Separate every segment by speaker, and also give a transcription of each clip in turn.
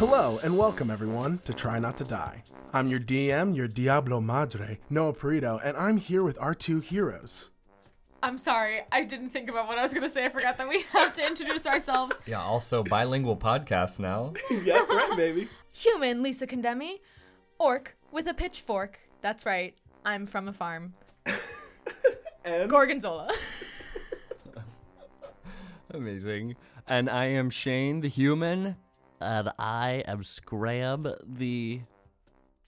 Speaker 1: Hello and welcome everyone to Try Not to Die. I'm your DM, your Diablo Madre, Noah Perito, and I'm here with our two heroes.
Speaker 2: I'm sorry, I didn't think about what I was gonna say. I forgot that we have to introduce ourselves.
Speaker 3: Yeah, also bilingual podcast now.
Speaker 1: That's right, baby.
Speaker 2: Human Lisa Condemi, orc with a pitchfork. That's right, I'm from a farm.
Speaker 1: And
Speaker 2: Gorgonzola.
Speaker 3: Amazing. And I am Shane the human.
Speaker 4: and I am Scram the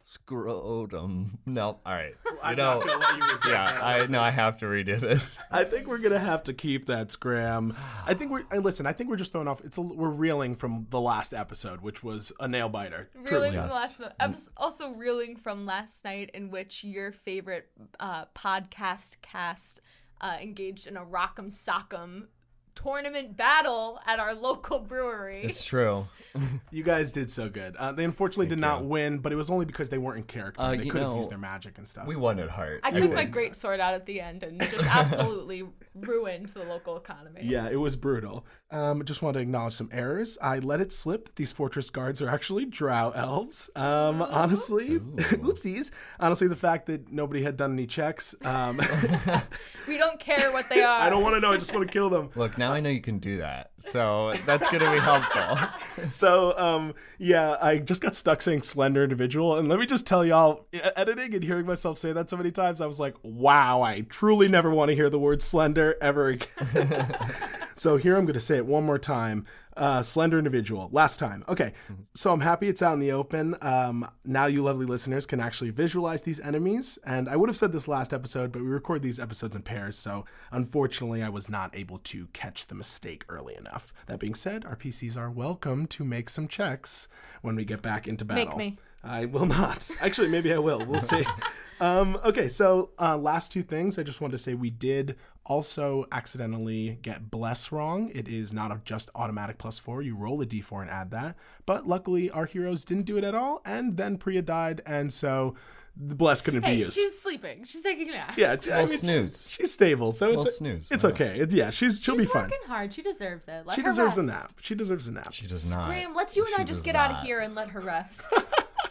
Speaker 3: Scrotum. No, all right. You
Speaker 1: I'm
Speaker 3: know,
Speaker 1: not gonna let you retain
Speaker 3: yeah,
Speaker 1: that.
Speaker 3: I no, I have to redo this.
Speaker 1: I think we're gonna have to keep that scram. I think we're. I- Listen, I think we're just thrown off. It's a, we're reeling from the last episode, which was a nail biter.
Speaker 2: reeling
Speaker 1: Truly.
Speaker 2: from last I was also reeling from last night in which your favorite uh, podcast cast uh, engaged in a rock'em sock'em tournament battle at our local brewery.
Speaker 3: It's true.
Speaker 1: You guys did so good. Uh, they unfortunately did not win, but it was only because they weren't in character.
Speaker 3: Uh,
Speaker 1: and they
Speaker 3: you
Speaker 1: could have
Speaker 3: know,
Speaker 1: used their magic and stuff.
Speaker 3: We won at heart.
Speaker 2: I took my
Speaker 3: think.
Speaker 2: great sword out at the end and just absolutely ruined the local economy.
Speaker 1: Yeah, it was brutal. Um, just want to acknowledge some errors. I let it slip. that These fortress guards are actually drow elves. Um, honestly, oopsies. Honestly, the fact that nobody had done any checks. Um,
Speaker 2: We don't care what they are.
Speaker 1: I don't want to know. I just want to kill them.
Speaker 3: Look, now I know you can do that. So that's gonna be helpful.
Speaker 1: So, um, yeah, I just got stuck saying slender individual. And let me just tell y'all, e- editing and hearing myself say that so many times, I was like, wow, I truly never want to hear the word slender ever again. so, here I'm going to say it one more time uh, slender individual, last time. Okay. So, I'm happy it's out in the open. Um, now, you lovely listeners can actually visualize these enemies. And I would have said this last episode, but we record these episodes in pairs. So, unfortunately, I was not able to catch the mistake early enough. That being said, our PCs are welcome to make some checks when we get back into battle.
Speaker 2: me.
Speaker 1: I will not. Actually, maybe I will. We'll see. Um, okay, so uh, last two things. I just wanted to say we did also accidentally get bless wrong. It is not a just automatic plus four. You roll a d4 and add that. But luckily, our heroes didn't do it at all, and then Priya died, and so the bless couldn't
Speaker 2: Hey,
Speaker 1: be used.
Speaker 2: she's sleeping. She's taking a nap.
Speaker 1: yeah, I
Speaker 3: Well,
Speaker 1: mean,
Speaker 3: snooze.
Speaker 1: she's stable, so
Speaker 3: Well,
Speaker 1: it's
Speaker 3: snooze.
Speaker 1: It's
Speaker 3: Why not?
Speaker 1: okay. It, yeah, she's she'll
Speaker 2: She's
Speaker 1: be fine.
Speaker 2: working hard. She deserves it. Let
Speaker 1: She
Speaker 2: her
Speaker 1: deserves a
Speaker 2: rest.
Speaker 1: nap. She deserves a nap.
Speaker 3: She does not.
Speaker 2: Graham, let's you and I
Speaker 3: She
Speaker 2: just
Speaker 3: does
Speaker 2: get out of
Speaker 3: not.
Speaker 2: here and let her rest.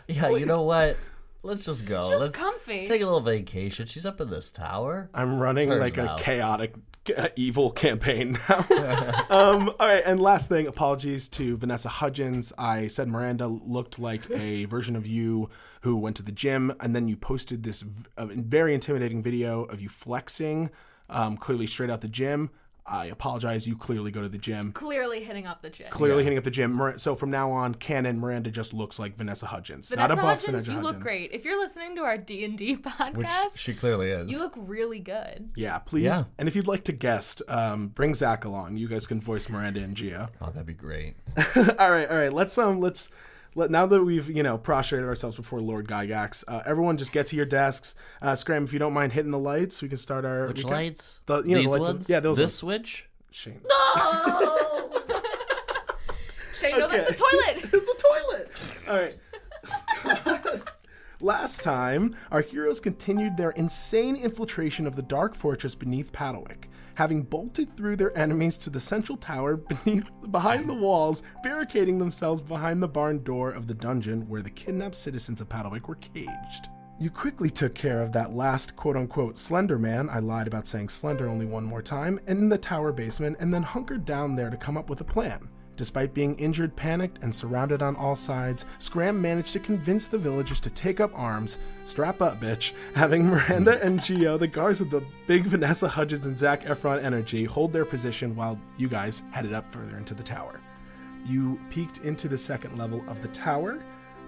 Speaker 3: Yeah, you know what? Let's just go.
Speaker 2: looks
Speaker 3: Let's
Speaker 2: comfy.
Speaker 3: Take a little vacation. She's up in this tower.
Speaker 1: I'm running
Speaker 3: Turns
Speaker 1: like a
Speaker 3: out.
Speaker 1: chaotic, uh, evil campaign now. um, all right, and last thing, apologies to Vanessa Hudgens. I said Miranda looked like a version of you who went to the gym, and then you posted this v- uh, very intimidating video of you flexing, um, clearly straight out the gym. I apologize. You clearly go to the gym.
Speaker 2: Clearly hitting up the gym.
Speaker 1: Clearly hitting up the gym. Mir- So from now on, canon Miranda just looks like Vanessa Hudgens. Not
Speaker 2: Vanessa
Speaker 1: a buff
Speaker 2: Hudgens,
Speaker 1: Vanessa
Speaker 2: you
Speaker 1: Hudgens.
Speaker 2: look great. If you're listening to our D and D
Speaker 3: Which
Speaker 2: podcast,
Speaker 3: she clearly is.
Speaker 2: you look really good.
Speaker 1: Yeah, please.
Speaker 3: Yeah.
Speaker 1: And if you'd like to guest, um, bring Zach along. You guys can voice Miranda and Gio.
Speaker 3: oh, that'd be great.
Speaker 1: all right, all right. Let's um, let's let now that we've you know prostrated ourselves before Lord Gygax. Uh, everyone, just get to your desks. Uh, Scram, if you don't mind hitting the lights, we can start our
Speaker 4: Which
Speaker 1: recap.
Speaker 4: lights?
Speaker 1: The- you know, the
Speaker 4: These
Speaker 1: lights on-
Speaker 4: ones?
Speaker 1: yeah, those
Speaker 4: this
Speaker 1: ones.
Speaker 4: switch?
Speaker 1: Shane.
Speaker 2: Shane, no, that's the toilet.
Speaker 1: It's the toilet. All right. Last time, our heroes continued their insane infiltration of the dark fortress beneath Padowick, having bolted through their enemies to the central tower beneath behind the walls, barricading themselves behind the barn door of the dungeon where the kidnapped citizens of Padowick were caged. You quickly took care of that last quote unquote Slender Man. I lied about saying Slender only one more time, and in the tower basement, and then hunkered down there to come up with a plan. Despite being injured, panicked, and surrounded on all sides, Scram managed to convince the villagers to take up arms, strap up, bitch, having Miranda and Geo, the guards of the big Vanessa Hudgens and Zach Efron energy, hold their position while you guys headed up further into the tower. You peeked into the second level of the tower,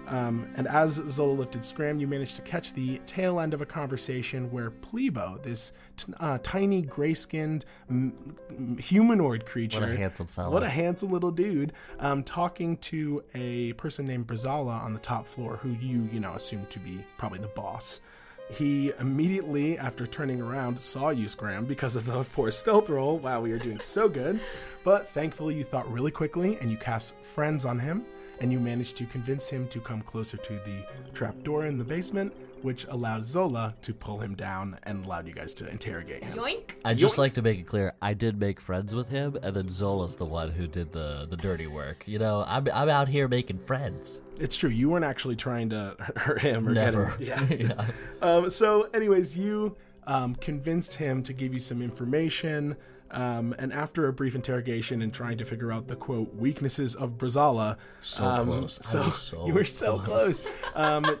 Speaker 1: um, and as Zola lifted Scram, you managed to catch the tail end of a conversation where Plebo, this t- uh, tiny, gray skinned m- m- humanoid creature,
Speaker 4: handsome fella.
Speaker 1: what a handsome little dude, um, talking to a person named Brazala on the top floor, who you, you know, assume to be probably the boss. He immediately, after turning around, saw you, Scram, because of the poor stealth roll. Wow, we are doing so good. But thankfully, you thought really quickly and you cast Friends on him. and you manage to convince him to come closer to the trapdoor in the basement, which allowed Zola to pull him down and allowed you guys to interrogate him.
Speaker 2: Yoink.
Speaker 4: I'd just like to make it clear I did make friends with him, and then Zola's the one who did the, the dirty work. You know, I'm, I'm out here making friends.
Speaker 1: It's true. You weren't actually trying to hurt him or
Speaker 4: Never.
Speaker 1: get him. Yeah. Um, so, anyways, you um, convinced him to give you some information. Um, and after a brief interrogation and trying to figure out the quote weaknesses of Brazala, so
Speaker 4: close. I
Speaker 1: so,
Speaker 4: was so
Speaker 1: you were so close. Um,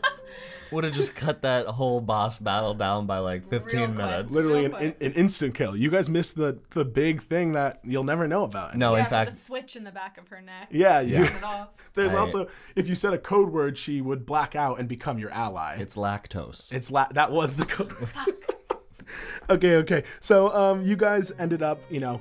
Speaker 4: Would have just cut that whole boss battle down by like 15
Speaker 2: Real quick.
Speaker 4: minutes.
Speaker 1: literally
Speaker 2: So
Speaker 1: an,
Speaker 2: quick.
Speaker 1: an instant kill. You guys missed the the big thing that you'll never know about.
Speaker 3: Oh,
Speaker 4: No,
Speaker 2: yeah,
Speaker 4: in fact,
Speaker 2: the switch in the back of her neck.
Speaker 1: Yeah. You,
Speaker 2: Turn it off.
Speaker 1: there's
Speaker 4: I-
Speaker 1: also if you said a code word, she would black out and become your ally.
Speaker 4: it's lactose.
Speaker 1: It's la- that was the code. okay, okay. So um, you guys ended up, you know,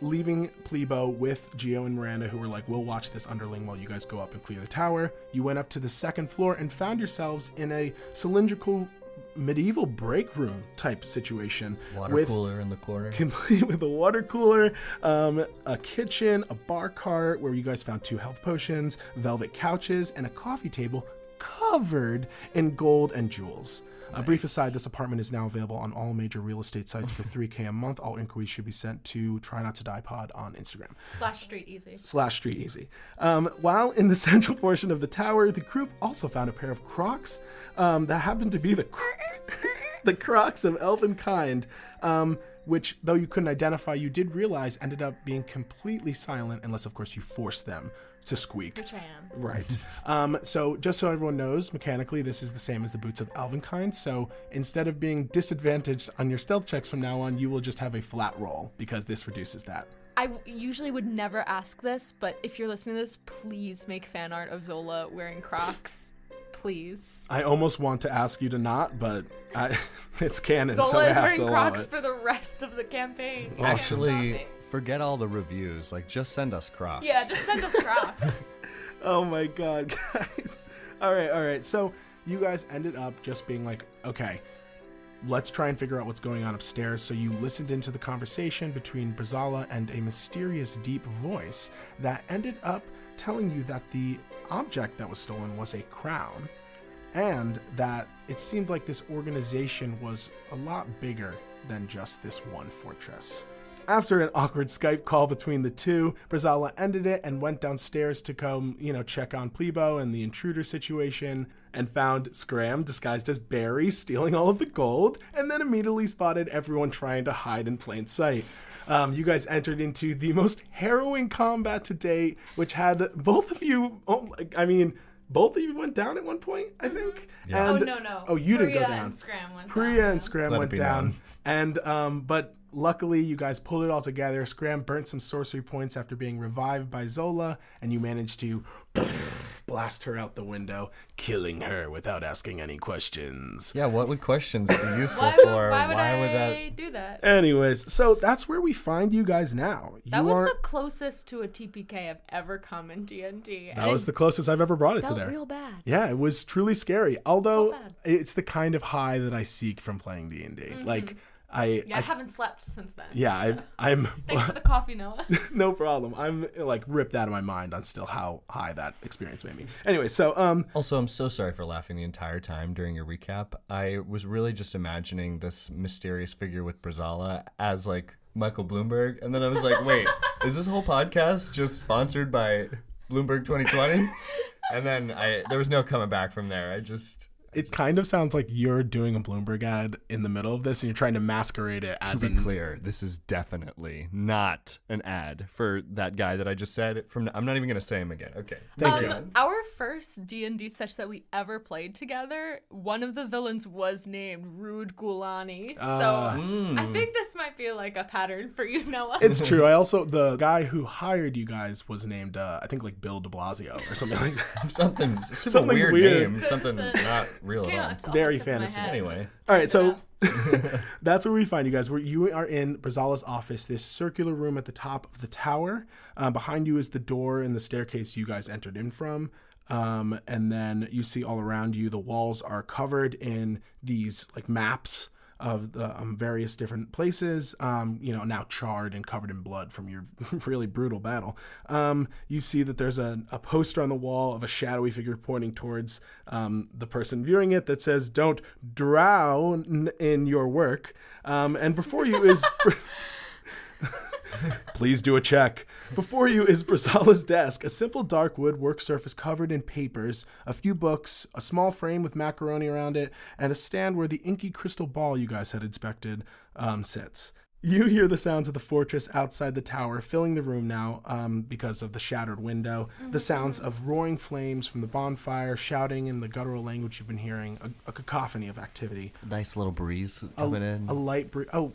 Speaker 1: leaving Plebo with Geo and Miranda, who were like, "We'll watch this underling while you guys go up and clear the tower." You went up to the second floor and found yourselves in a cylindrical medieval break room type situation
Speaker 4: Water
Speaker 1: with
Speaker 4: cooler in the corner.
Speaker 1: complete with a water cooler, um, a kitchen, a bar cart where you guys found two health potions, velvet couches, and a coffee table covered in gold and jewels. A brief aside, this apartment is now available on all major real estate sites for 3K a month. All inquiries should be sent to Try Not to Die Pod on Instagram
Speaker 2: Slash street easy.
Speaker 1: slash street easy. Um, while in the central portion of the tower, the group also found a pair of Crocs um, that happened to be the cr- the Crocs of elven kind, um, which though you couldn't identify, you did realize ended up being completely silent, unless of course you forced them to squeak.
Speaker 2: Which I am.
Speaker 1: Right. Um, so, just so everyone knows, mechanically, this is the same as the boots of Alvenkind. So, instead of being disadvantaged on your stealth checks from now on, you will just have a flat roll because this reduces that.
Speaker 2: I w- usually would never ask this, but if you're listening to this, please make fan art of Zola wearing Crocs. Please.
Speaker 1: I almost want to ask you to not, but I, it's canon,
Speaker 2: Zola
Speaker 1: so I
Speaker 2: is
Speaker 1: have to
Speaker 2: wearing
Speaker 1: allow
Speaker 2: Crocs
Speaker 1: it.
Speaker 2: for the rest of the campaign. I can't
Speaker 3: Actually,
Speaker 2: stop it.
Speaker 3: forget all the reviews. Like, just send us Crocs.
Speaker 2: Yeah, just send us Crocs.
Speaker 1: oh my god, guys! All right, all right. So you guys ended up just being like, okay, let's try and figure out what's going on upstairs. So you listened into the conversation between Brazala and a mysterious deep voice that ended up telling you that the object that was stolen was a crown. and that it seemed like this organization was a lot bigger than just this one fortress. After an awkward Skype call between the two, Brazala ended it and went downstairs to come, you know, check on Plebo and the intruder situation, and found Scram disguised as Barry stealing all of the gold, and then immediately spotted everyone trying to hide in plain sight. Um, you guys entered into the most harrowing combat to date, which had both of you, oh, like, I mean, both of you went down at one point, I think.
Speaker 2: oh
Speaker 1: And-
Speaker 2: no no.
Speaker 1: Oh, you
Speaker 2: Priya
Speaker 1: didn't go down.
Speaker 2: And Scram went
Speaker 1: Priya
Speaker 2: down.
Speaker 1: and Scram
Speaker 3: Let it
Speaker 1: went
Speaker 3: be
Speaker 1: down,
Speaker 3: known.
Speaker 1: and um, but luckily you guys pulled it all together. Scram burnt some sorcery points after being revived by Zola, and you managed to blast her out the window, killing her without asking any questions.
Speaker 3: Yeah, what would questions be useful
Speaker 2: Why would,
Speaker 3: for?
Speaker 2: why would I
Speaker 3: that?
Speaker 2: do that?
Speaker 1: Anyways, so that's where we find you guys now. You
Speaker 2: That was
Speaker 1: are
Speaker 2: the closest to a TPK I've ever come in D and D.
Speaker 1: that was the closest I've ever brought it to
Speaker 2: felt
Speaker 1: there.
Speaker 2: real bad.
Speaker 1: Yeah, it was truly scary. Although
Speaker 2: bad. Mm-hmm.
Speaker 1: it's the kind of high that I seek from playing D and D. Like I,
Speaker 2: Yeah, I,
Speaker 1: I-
Speaker 2: haven't slept since then.
Speaker 1: yeah, I, I'm
Speaker 2: Thanks for the coffee, Noah.
Speaker 1: no problem. I'm like ripped out of my mind on still how high that experience made me. Anyway, so um,
Speaker 3: Also, I'm so sorry for laughing the entire time during your recap. I was really just imagining this mysterious figure with Brazala as like Michael Bloomberg, and then I was like, wait, is this whole podcast just sponsored by Bloomberg 2020? and then I there was no coming back from there. I just
Speaker 1: it kind of sounds like you're doing a Bloomberg ad in the middle of this, and you're trying to masquerade it as
Speaker 3: to
Speaker 1: a
Speaker 3: be clear, this is definitely not an ad for that guy that I just said. From I'm not even gonna say him again. Okay,
Speaker 1: thank you.
Speaker 2: Um, our first D and D session that we ever played together, one of the villains was named Rude Gulani. So
Speaker 4: Hmm.
Speaker 2: I think this might be like a pattern for you,
Speaker 1: Ah.
Speaker 2: Noah.
Speaker 1: It's true. I also the guy who hired you guys was named uh, I think like Bill De Blasio or something like that.
Speaker 3: something super
Speaker 1: Something
Speaker 3: weird,
Speaker 1: weird.
Speaker 3: name, something
Speaker 2: It's a-
Speaker 3: not real at
Speaker 2: Came
Speaker 3: all.
Speaker 2: out to-
Speaker 1: Very
Speaker 2: off the top of my
Speaker 1: fantasy.
Speaker 2: head.
Speaker 3: Anyway.
Speaker 1: All right, so that's where we find you guys. Where you are in Brazala's office, this circular room at the top of the tower. Uh, behind you is the door and the staircase you guys entered in from. Um, and then you see all around you the walls are covered in these like maps of the, um, various different places. Um, you know, now charred and covered in blood from your really brutal battle. Um, you see that there's a, a poster on the wall of a shadowy figure pointing towards um, the person viewing it that says, "Don't drown in your work." Um, and before you is. Please do a check. Before you is Brazala's desk, a simple dark wood work surface covered in papers, a few books, a small frame with macaroni around it, and a stand where the inky crystal ball you guys had inspected um, sits. You hear the sounds of the fortress outside the tower filling the room now um, because of the shattered window, the sounds of roaring flames from the bonfire, shouting in the guttural language you've been hearing, a, a cacophony of activity.
Speaker 4: Nice little breeze coming in.
Speaker 1: A light breeze. Oh,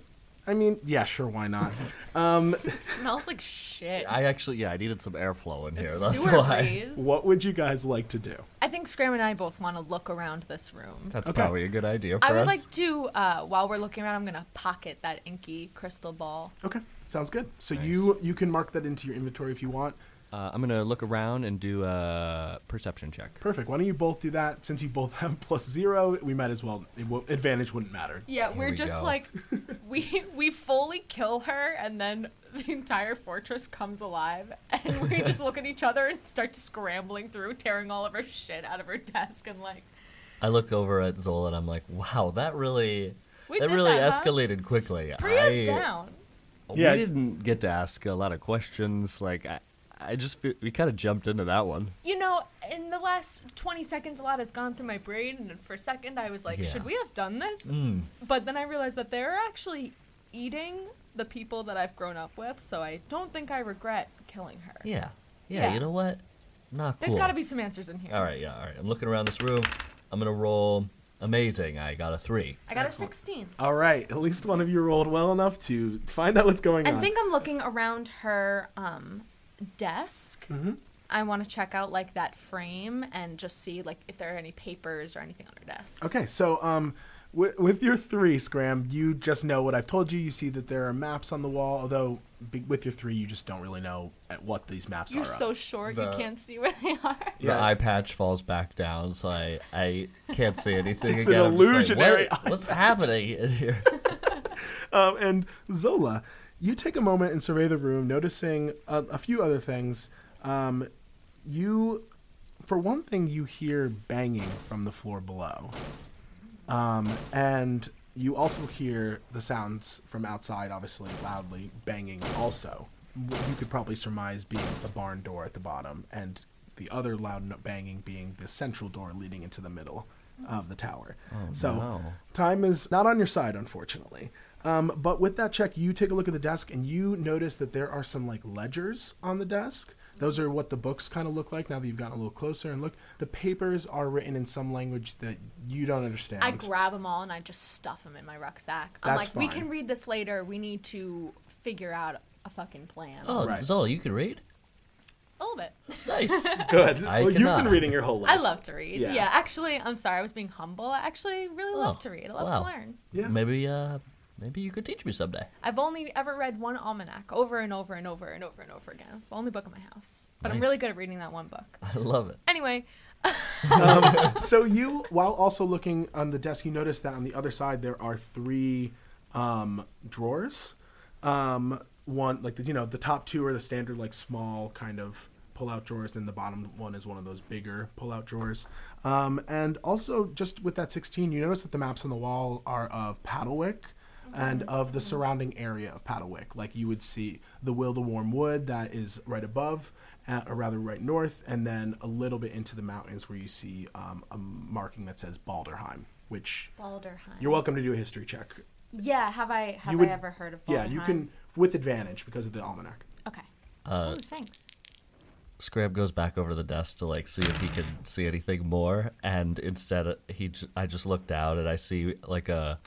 Speaker 1: I mean, yeah, sure, why not? Um,
Speaker 2: It smells like shit.
Speaker 4: I actually, yeah, I needed some airflow in here. That's
Speaker 2: Sewer
Speaker 4: why.
Speaker 2: breeze.
Speaker 1: what would you guys like to do?
Speaker 2: I think Scram and I both want to look around this room.
Speaker 4: That's
Speaker 1: Okay.
Speaker 4: probably a good idea for
Speaker 2: I would
Speaker 4: us.
Speaker 2: like to, uh, while we're looking around, I'm gonna pocket that inky crystal ball.
Speaker 1: Okay, sounds good. So you you can mark that into your inventory if you want.
Speaker 4: uh, I'm gonna look around and do a perception check.
Speaker 1: Perfect. Why don't you both do that? Since you both have plus zero, we might as well. It will, advantage wouldn't matter.
Speaker 2: Yeah, we're
Speaker 4: we
Speaker 2: just
Speaker 4: go.
Speaker 2: like, we we fully kill her, and then the entire fortress comes alive, and we just look at each other and start scrambling through, tearing all of her shit out of her desk, and like,
Speaker 4: I look over at Zola and I'm like, wow, that really,
Speaker 2: We
Speaker 4: that
Speaker 2: did
Speaker 4: really
Speaker 2: that, huh?
Speaker 4: escalated quickly.
Speaker 2: Priya's
Speaker 4: I-
Speaker 2: down.
Speaker 1: Yeah.
Speaker 4: We didn't get to ask a lot of questions. Like, I, I just fe- we kind of jumped into that one.
Speaker 2: You know, in the last 20 seconds, a lot has gone through my brain, and for a second, I was like,
Speaker 4: Yeah. Mm.
Speaker 2: should we have done this? But then I realized that they're actually eating the people that I've grown up with, so I don't think I regret killing her.
Speaker 4: Yeah.
Speaker 2: Yeah, Yeah. you know
Speaker 4: what? Not
Speaker 2: There's got to be some answers in here.
Speaker 4: All right, yeah, all right. I'm looking around this room. I'm gonna roll. Amazing. I got a three.
Speaker 2: I got
Speaker 1: Excellent.
Speaker 2: a 16.
Speaker 1: All right. At least one of you rolled well enough to find out what's going
Speaker 2: I
Speaker 1: on.
Speaker 2: think I'm looking around her um, desk. I want to check out like that frame and just see like if there are any papers or anything on her desk.
Speaker 1: Okay, so um, with, with your three, Scram, you just know what I've told you. You see that there are maps on the wall, although be, with your three, you just don't really know at what these maps
Speaker 2: You're
Speaker 1: are.
Speaker 2: so
Speaker 1: of.
Speaker 2: short,
Speaker 4: The-
Speaker 2: you can't see where they are.
Speaker 1: Yeah.
Speaker 4: The eye patch falls back down, so I I can't see anything
Speaker 1: It's an
Speaker 4: again. I'm just like,
Speaker 1: illusionary
Speaker 4: "What- what's happening in here?
Speaker 1: um, and Zola, you take a moment and survey the room, noticing a, a few other things. Um, you, for one thing, you hear banging from the floor below, um, and you also hear the sounds from outside, obviously loudly banging. Also, What you could probably surmise being the barn door at the bottom, and the other loud no- banging being the central door leading into the middle of the tower. so
Speaker 4: no.
Speaker 1: time is not on your side, unfortunately. Um, but with that check, you take a look at the desk and you notice that there are some like ledgers on the desk. Those are what the books kind of look like now that you've gotten a little closer. And look, the papers are written in some language that you don't understand.
Speaker 2: I grab them all and I just stuff them in my rucksack. I'm
Speaker 1: That's
Speaker 2: like, we
Speaker 1: fine.
Speaker 2: can read this later. We need to figure out a fucking plan.
Speaker 4: Oh,
Speaker 1: Right.
Speaker 4: Zola, you can read.
Speaker 2: A little bit.
Speaker 4: It's nice.
Speaker 1: Good.
Speaker 4: I
Speaker 1: well, you've been
Speaker 4: cannot.
Speaker 1: reading your whole life.
Speaker 2: I love to read.
Speaker 1: Yeah.
Speaker 2: Yeah. actually, I'm sorry. I was being humble. I actually really love
Speaker 4: Oh,
Speaker 2: to read. I love
Speaker 4: wow.
Speaker 2: to learn.
Speaker 1: Yeah.
Speaker 4: Maybe uh, maybe you could teach me someday.
Speaker 2: I've only ever read one almanac over and over and over and over and over again. It's the only book in my house. But I'm
Speaker 4: Nice.
Speaker 2: really good at reading that one book.
Speaker 4: I love it.
Speaker 2: Anyway,
Speaker 1: so you, while also looking on the desk, you notice that on the other side there are three um, drawers. Um, one, like the, you know, the top two are the standard like small kind of pull-out drawers, and the bottom one is one of those bigger pull-out drawers. Um, and also, just with that 16, you notice that the maps on the wall are of Paddlewick and of the surrounding area of Paddlewick. Like you would see the Wild Warm Wood that is right above, uh, or rather right north, and then a little bit into the mountains where you see um, a marking that says Balderheim, which
Speaker 2: Balderheim.
Speaker 1: you're welcome to do a history check.
Speaker 2: yeah, have I have
Speaker 1: You would-
Speaker 2: I ever heard of
Speaker 1: Yeah,
Speaker 2: Balderheim?
Speaker 1: you can Uh, with advantage because of the almanac.
Speaker 2: Okay. Ooh, thanks.
Speaker 4: Scrab goes back over to the desk to like see if he can see anything more, and instead he j- I just look down and I see like a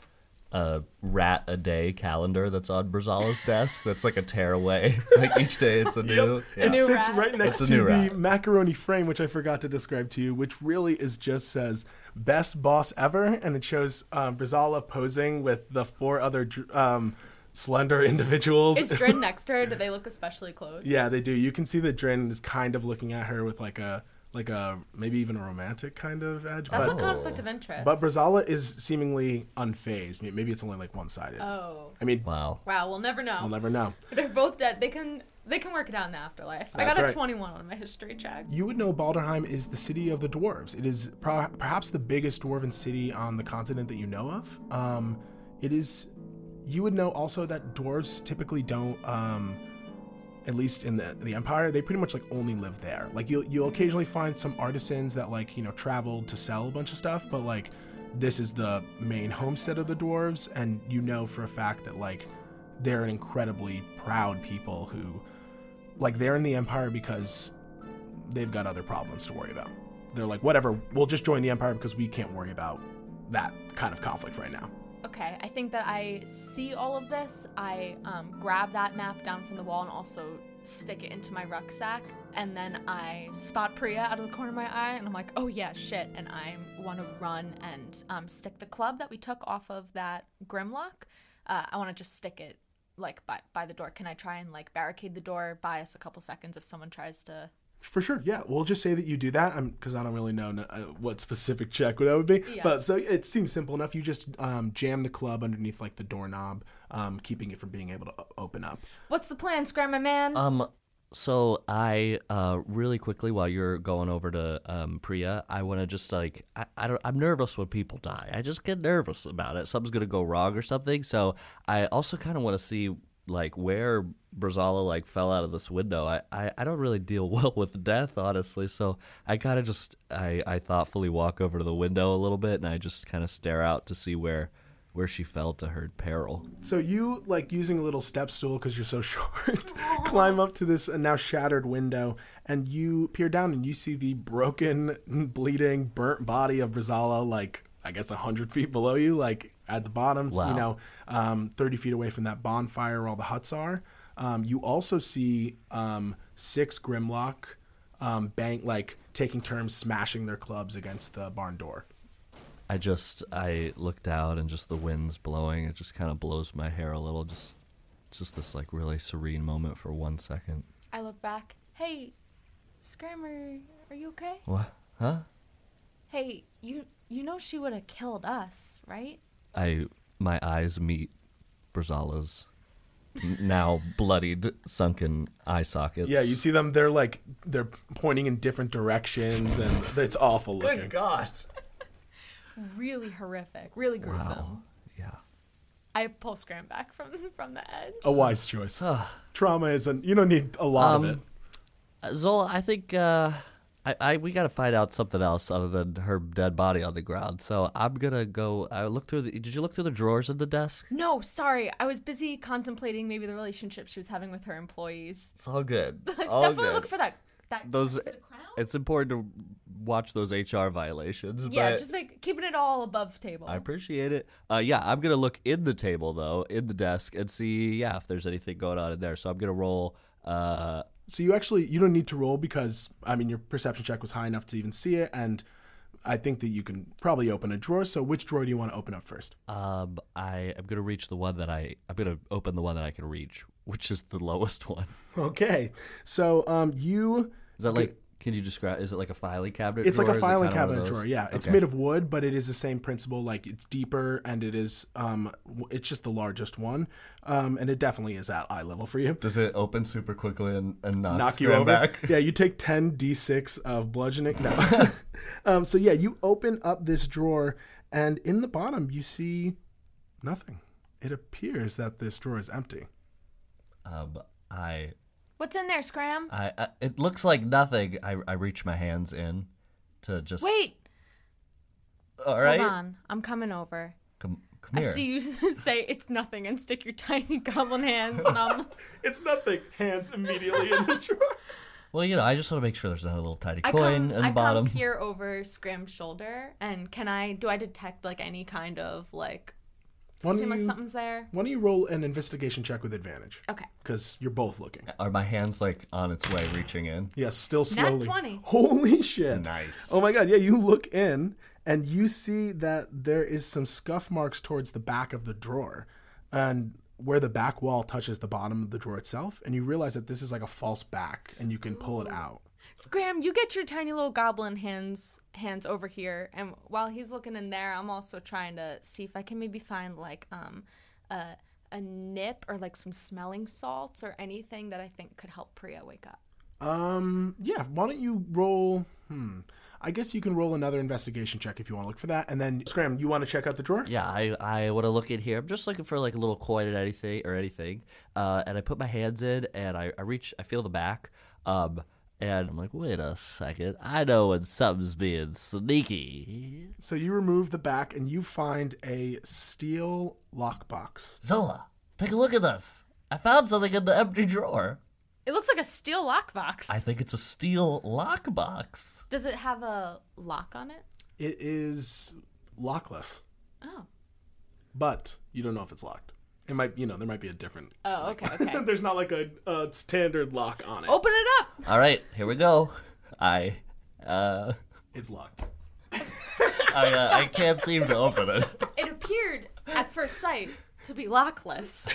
Speaker 4: a rat a day calendar that's on Brazala's desk. That's like a tearaway. like each day it's a new. yeah.
Speaker 1: It
Speaker 2: new
Speaker 1: sits
Speaker 2: rat.
Speaker 1: right next
Speaker 4: It's a
Speaker 1: to the
Speaker 4: new rat.
Speaker 1: macaroni frame, which I forgot to describe to you, which really is just says "best boss ever," and it shows um, Brizala posing with the four other dr- um, slender individuals.
Speaker 2: Is Drin next to her? Do they look especially close?
Speaker 1: yeah, they do. You can see that Dren is kind of looking at her with like a like a maybe even a romantic kind of edge.
Speaker 2: That's
Speaker 1: but,
Speaker 2: a conflict of interest.
Speaker 1: but Brazala is seemingly unfazed. May- Maybe it's only like one sided.
Speaker 2: oh.
Speaker 1: I mean,
Speaker 4: Wow.
Speaker 2: Wow, we'll never know.
Speaker 1: we'll never know.
Speaker 2: They're both dead. They can they can work it out in the afterlife. I
Speaker 1: That's
Speaker 2: got a
Speaker 1: right.
Speaker 2: 21 on my history check.
Speaker 1: You would know Balderheim is the city of the dwarves. It is pro- perhaps the biggest dwarven city on the continent that you know of. Um, it is. You would know also that dwarves typically don't. Um, at least in the, the empire, they pretty much like only live there. Like you'll you'll occasionally find some artisans that like you know traveled to sell a bunch of stuff, but like this is the main homestead of the dwarves, and you know for a fact that like they're an incredibly proud people who like they're in the empire because they've got other problems to worry about. They're like, whatever, we'll just join the empire because we can't worry about that kind of conflict right now.
Speaker 2: Okay, I think that I see all of this. I um, grab that map down from the wall and also stick it into my rucksack. And then I spot Priya out of the corner of my eye, and I'm like, oh yeah, shit. And I want to run and um, stick the club that we took off of that Grimlock. Uh, I want to just stick it like by, by the door. Can I try and like barricade the door, buy us a couple seconds if someone tries to?
Speaker 1: For sure, yeah. We'll just say that you do that because I don't really know uh, what specific check that would be.
Speaker 2: Yeah.
Speaker 1: But so it seems simple enough. You just um, jam the club underneath like the doorknob, um, keeping it from being able to o- open up.
Speaker 2: What's the plan, Scrammy Man?
Speaker 4: Um, so I uh really quickly while you're going over to um Priya, I want to just like I, I don't I'm nervous when people die. I just get nervous about it. Something's gonna go wrong or something. So I also kind of want to see like where Brazala like fell out of this window. I, I I don't really deal well with death honestly. So I kind of just I I thoughtfully walk over to the window a little bit and I just kind of stare out to see where where she fell to her peril.
Speaker 1: So you like using a little step stool because you're so short, climb up to this uh, now shattered window, and you peer down and you see the broken, bleeding, burnt body of Brizala, like I guess hundred feet below you, like at the bottom, you
Speaker 4: Wow.
Speaker 1: know, um, thirty feet away from that bonfire where all the huts are. Um, you also see um, six Grimlock um, bank like taking turns smashing their clubs against the barn door.
Speaker 4: I just I looked out and just the wind's blowing. It just kind of blows my hair a little. Just just this like really serene moment for one second.
Speaker 2: I look back. Hey, Scrammer, are you okay?
Speaker 4: What? Huh?
Speaker 2: Hey, you you know she would have killed us, right?
Speaker 4: I my eyes meet Brazala's n- now bloodied, sunken eye sockets.
Speaker 1: Yeah, you see them. They're like they're pointing in different directions, and it's awful looking.
Speaker 3: God.
Speaker 2: Really horrific, really gruesome.
Speaker 4: Wow. Yeah.
Speaker 2: I pull Scram back from from the edge.
Speaker 1: A wise choice. Trauma isn't. You don't need a lot
Speaker 4: Um,
Speaker 1: of it.
Speaker 4: Uh, Zola, I think uh, I, I we gotta find out something else other than her dead body on the ground. So I'm gonna go. I looked through the. Did you look through the drawers in the desk?
Speaker 2: No, sorry, I was busy contemplating maybe the relationship she was having with her employees.
Speaker 4: It's all good.
Speaker 2: Let's
Speaker 4: all
Speaker 2: definitely
Speaker 4: good.
Speaker 2: look for that that
Speaker 4: Oh, Those- eh,
Speaker 2: is it a crown?
Speaker 4: It's important to watch those HR violations.
Speaker 2: yeah,
Speaker 4: but
Speaker 2: just make keeping it all above table.
Speaker 4: I appreciate it. Uh, yeah, I'm gonna look in the table though, in the desk, and see yeah if there's anything going on in there. So I'm gonna roll. Uh,
Speaker 1: So you actually you don't need to roll because I mean your perception check was high enough to even see it, and I think that you can probably open a drawer. So which drawer do you want to open up first?
Speaker 4: um, I am gonna reach the one that I I'm gonna open the one that I can reach, which is the lowest one.
Speaker 1: Okay. So um you.
Speaker 4: Is that like? Can you describe? Is it like a filing cabinet?
Speaker 1: It's like
Speaker 4: drawer?
Speaker 1: a
Speaker 4: Is it
Speaker 1: filing
Speaker 4: kinda one of
Speaker 1: cabinet
Speaker 4: those-
Speaker 1: drawer. Yeah, it's
Speaker 4: Okay.
Speaker 1: made of wood, but it is the same principle. Like it's deeper, and it is um, w- it's just the largest one, um, and it definitely is at eye level for you.
Speaker 4: Does it open super quickly and, and knock,
Speaker 1: knock you
Speaker 4: Scram
Speaker 1: over.
Speaker 4: back?
Speaker 1: Yeah, you take 10 d6 of bludgeoning. No. um, so yeah, you open up this drawer, and in the bottom you see nothing. It appears that this drawer is empty.
Speaker 4: Um, I
Speaker 2: What's in there, Scram?
Speaker 4: I, I it looks like nothing. I I reach my hands in to just
Speaker 2: Wait,
Speaker 4: All right,
Speaker 2: hold on, I'm coming over.
Speaker 4: come come here.
Speaker 2: I see you say it's nothing and stick your tiny goblin hands, and I'm
Speaker 1: It's nothing. Hands immediately in the drawer.
Speaker 4: Well, you know, I just want to make sure there's not a little tiny
Speaker 2: I
Speaker 4: coin
Speaker 2: come,
Speaker 4: in
Speaker 2: I
Speaker 4: the bottom.
Speaker 2: come peer over Scrim's shoulder, and can I do I detect like any kind of like
Speaker 1: Why
Speaker 2: seem
Speaker 1: don't,
Speaker 2: like
Speaker 1: you,
Speaker 2: something's there?
Speaker 1: why don't you roll an investigation check with advantage?
Speaker 2: Okay,
Speaker 1: Because you're both looking.
Speaker 4: Are my hands like on its way, reaching in?
Speaker 1: Yes, still slowly.
Speaker 2: 20.
Speaker 1: Holy shit.
Speaker 4: Nice.
Speaker 1: Oh my god, yeah, you look in and you see that there is some scuff marks towards the back of the drawer and where the back wall touches the bottom of the drawer itself and you realize that this is like a false back and you can pull it out.
Speaker 2: Scram, you get your tiny little goblin hands hands over here, and while he's looking in there, I'm also trying to see if I can maybe find like um a a nip or like some smelling salts or anything that I think could help Priya wake up.
Speaker 1: Um, yeah. Why don't you roll? Hmm. I guess you can roll another investigation check if you want to look for that. And then Scram, you want to check out the drawer?
Speaker 4: Yeah, I, I want to look in here. I'm just looking for like a little coin or anything or anything. Uh, and I put my hands in and I, I reach, I feel the back. Um, and I'm like, wait a second. I know when something's being sneaky.
Speaker 1: So you remove the back and you find a steel lockbox.
Speaker 4: Zola, take a look at this. I found something in the empty drawer.
Speaker 2: It looks like a steel lockbox.
Speaker 4: I think it's a steel lockbox.
Speaker 2: Does it have a lock on it?
Speaker 1: It is lockless,
Speaker 2: Oh.
Speaker 1: but you don't know if it's locked. It might, you know, there might be a different.
Speaker 2: Oh, okay, okay. Oh.
Speaker 1: There's not like a, a standard lock on it.
Speaker 2: Open it up.
Speaker 4: All right, here we go. I, uh,
Speaker 1: It's locked.
Speaker 4: I, uh, I can't seem to open it,
Speaker 2: It appeared at first sight to be lockless.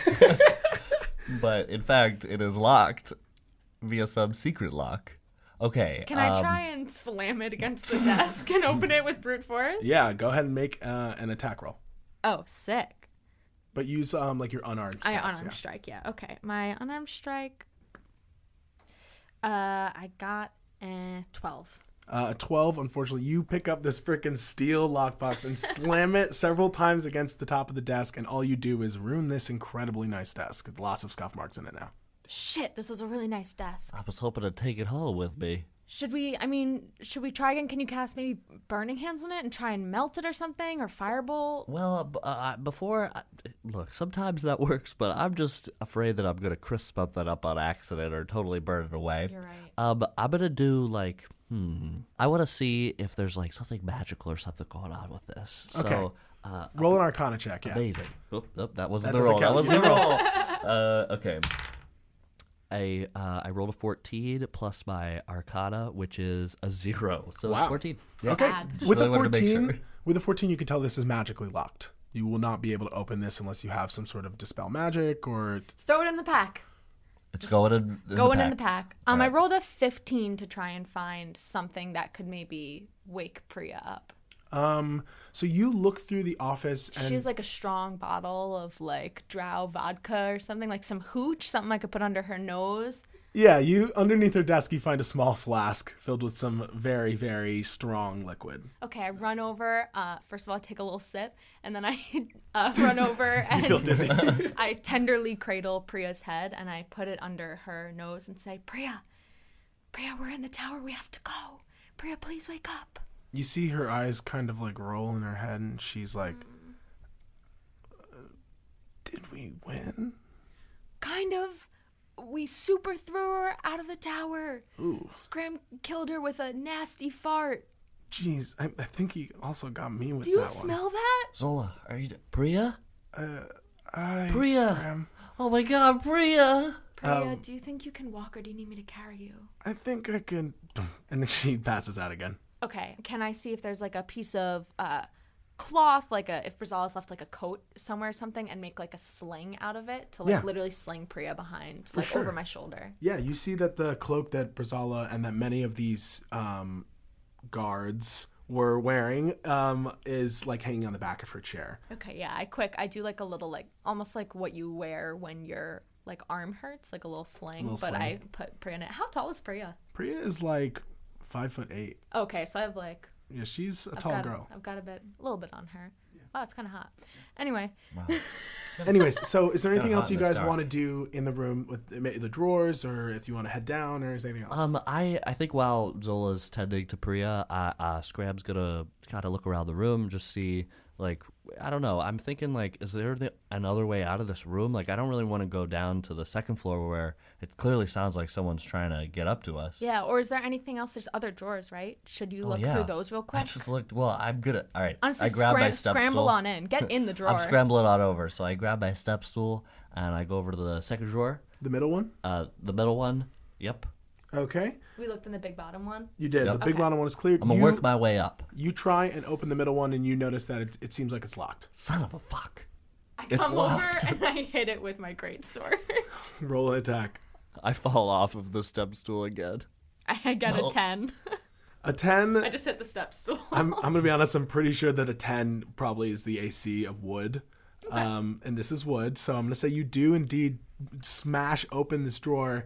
Speaker 4: but in fact, it is locked via some secret lock. Okay.
Speaker 2: Can I
Speaker 4: um,
Speaker 2: try and slam it against the desk and open it with brute force?
Speaker 1: Yeah, go ahead and make uh, an attack roll,
Speaker 2: Oh, sick.
Speaker 1: but use um like your unarmed.
Speaker 2: I
Speaker 1: stats,
Speaker 2: unarmed strike, yeah. Okay. My unarmed strike. Uh I got eh, twelve.
Speaker 1: Uh, a 12, unfortunately, you pick up this freaking steel lockbox and slam it several times against the top of the desk, and all you do is ruin this incredibly nice desk with lots of scuff marks in it now.
Speaker 2: Shit, this was a really nice desk.
Speaker 4: I was hoping to take it home with me.
Speaker 2: Should we I mean, should we try again? Can you cast maybe burning hands on it and try and melt it or something? Or firebolt?
Speaker 4: Well, b- uh, before, I, look, sometimes that works, but I'm just afraid that I'm gonna crisp something up on accident or totally burn it away.
Speaker 2: You're right.
Speaker 4: Um, I'm gonna do like, hmm, I want to see if there's like something magical or something going on with this.
Speaker 1: Okay.
Speaker 4: So, uh,
Speaker 1: Roll an Arcana check, yeah.
Speaker 4: amazing. Oop, oop, that wasn't
Speaker 1: That
Speaker 4: the
Speaker 1: doesn't
Speaker 4: roll. That
Speaker 1: count.
Speaker 4: wasn't the roll. uh, okay. I uh, I rolled a 14 plus my Arcana, which is a zero, so
Speaker 1: Wow.
Speaker 4: it's 14.
Speaker 1: Okay.
Speaker 2: Sad.
Speaker 1: With
Speaker 4: Really
Speaker 1: a
Speaker 4: wanted to make
Speaker 1: 14,
Speaker 4: sure.
Speaker 1: with a 14, you can tell this is magically locked. You will not be able to open this unless you have some sort of dispel magic or
Speaker 2: Throw it in the pack.
Speaker 4: It's going in, in
Speaker 2: Going
Speaker 4: the
Speaker 2: in the pack. Um, I rolled a 15 to try and find something that could maybe wake Priya up.
Speaker 1: um so you look through the office and
Speaker 2: She has like a strong bottle of like drow vodka or something, like some hooch, something I could put under her nose.
Speaker 1: yeah, you underneath her desk you find a small flask filled with some very very strong liquid.
Speaker 2: Okay, I run over. Uh, first of all, I take a little sip, and then I uh, run over
Speaker 1: Feel
Speaker 2: and
Speaker 1: dizzy.
Speaker 2: I tenderly cradle Priya's head and I put it under her nose and say, Priya, Priya, we're in the tower. We have to go. Priya, please wake up.
Speaker 1: you see her eyes kind of like roll in her head and she's like "Uh, did we win
Speaker 2: kind of. We super threw her out of the tower. Scram killed her with a nasty fart.
Speaker 1: jeez i, I think he also got me with
Speaker 2: Do you
Speaker 1: that
Speaker 2: smell that?
Speaker 4: Zola, are you Priya?
Speaker 1: one I,
Speaker 4: Priya.
Speaker 1: Scram,
Speaker 4: Oh my God, Priya!
Speaker 2: Priya,
Speaker 1: Um,
Speaker 2: do you think you can walk or do you need me to carry you?
Speaker 1: i think i can and then she passes out again
Speaker 2: Okay. Can I see if there's like a piece of uh, cloth, like a if Brazala's left like a coat somewhere or something, and make like a sling out of it to like
Speaker 1: Yeah.
Speaker 2: literally sling Priya behind, like
Speaker 1: sure.
Speaker 2: over my shoulder.
Speaker 1: yeah you see that the cloak that brazala and that many of these um, guards were wearing um, is like hanging on the back of her chair
Speaker 2: Okay. Yeah. I quick. I do like a little like almost like what you wear when your like arm hurts, like a little sling.
Speaker 1: Little
Speaker 2: but
Speaker 1: sling.
Speaker 2: I put Priya in it. How tall is Priya?
Speaker 1: priya is like five foot eight
Speaker 2: Okay, so I have like
Speaker 1: yeah she's a
Speaker 2: I've
Speaker 1: tall
Speaker 2: got,
Speaker 1: girl
Speaker 2: I've got a bit, a little bit on her. Wow, it's kind of hot. Anyway,
Speaker 1: Anyways, so is there anything
Speaker 4: hot
Speaker 1: else you
Speaker 4: in this
Speaker 1: guys
Speaker 4: dark.
Speaker 1: want to do in the room with the, the drawers, or if you want to head down, or is there anything else?
Speaker 4: Um, I, I think while Zola's tending to Priya, uh, uh, Scrab's gonna kind of look around the room, just see, like, I don't know. I'm thinking, like, is there the, another way out of this room? Like, I don't really want to go down to the second floor where it clearly sounds like someone's trying to get up to us.
Speaker 2: yeah. Or is there anything else? There's other drawers, right? Should you
Speaker 4: Oh,
Speaker 2: look
Speaker 4: yeah.
Speaker 2: through those real quick?
Speaker 4: I just looked. Well, I'm gonna. All right.
Speaker 2: Honestly,
Speaker 4: I grabbed my
Speaker 2: scram-
Speaker 4: step
Speaker 2: scramble
Speaker 4: stool.
Speaker 2: on in. Get in the drawer.
Speaker 4: I'm scrambling on over. So I grab my step stool and I go over to the second drawer,
Speaker 1: the middle one.
Speaker 4: uh, the middle one. Yep.
Speaker 1: Okay,
Speaker 2: we looked in the big bottom one.
Speaker 1: you did.
Speaker 4: Yep.
Speaker 1: The big bottom one is cleared.
Speaker 4: I'm gonna
Speaker 1: you,
Speaker 4: work my way up.
Speaker 1: you try and open the middle one, and you notice that it, it seems like it's locked.
Speaker 4: Son of a fuck.
Speaker 2: I
Speaker 4: It's
Speaker 2: come
Speaker 4: locked.
Speaker 2: over and I hit it with my great sword.
Speaker 1: Roll an attack.
Speaker 4: I fall off of the step stool again.
Speaker 2: I got a 10.
Speaker 1: A 10.
Speaker 2: I just hit the step stool.
Speaker 1: I'm, I'm gonna be honest. I'm pretty sure that a 10 probably is the AC of wood, um, and this is wood. So I'm gonna say you do indeed smash open this drawer,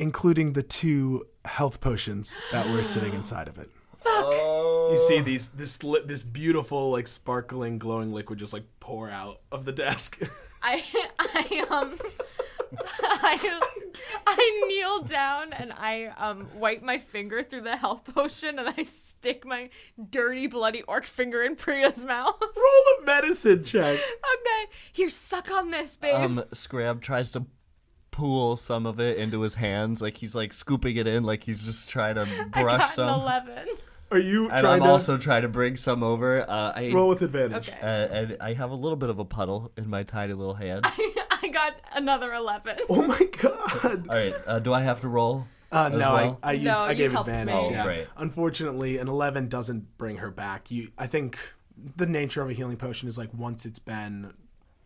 Speaker 1: including the two health potions that were sitting inside of it.
Speaker 3: Oh.
Speaker 1: You see these this li- this beautiful like sparkling glowing liquid just like pour out of the desk.
Speaker 2: I, I, um, I, I kneel down and I, um, wipe my finger through the health potion and I stick my dirty, bloody orc finger in Priya's mouth.
Speaker 1: Roll a medicine check.
Speaker 2: okay, here, suck on this, babe.
Speaker 4: Um, Scrab tries to pull some of it into his hands, like he's like scooping it in, like he's just trying to
Speaker 2: I
Speaker 4: brush
Speaker 2: got an
Speaker 4: some.
Speaker 2: 11.
Speaker 1: Are you
Speaker 4: and
Speaker 1: trying
Speaker 4: I'm
Speaker 1: to
Speaker 4: also trying to bring some over. Uh, I
Speaker 1: roll with advantage?
Speaker 2: Okay.
Speaker 4: uh, and I have a little bit of a puddle in my tiny little hand.
Speaker 2: I got another 11.
Speaker 1: Oh my god.
Speaker 4: All right, uh, do I have to roll?
Speaker 1: Uh,
Speaker 4: As
Speaker 1: no,
Speaker 4: well?
Speaker 1: I, I used
Speaker 2: No,
Speaker 1: I
Speaker 2: you
Speaker 1: gave
Speaker 2: helped me.
Speaker 1: advantage.
Speaker 4: Oh,
Speaker 1: yeah.
Speaker 4: great.
Speaker 1: Unfortunately, an eleven doesn't bring her back. You, I think the nature of a healing potion is like once it's been,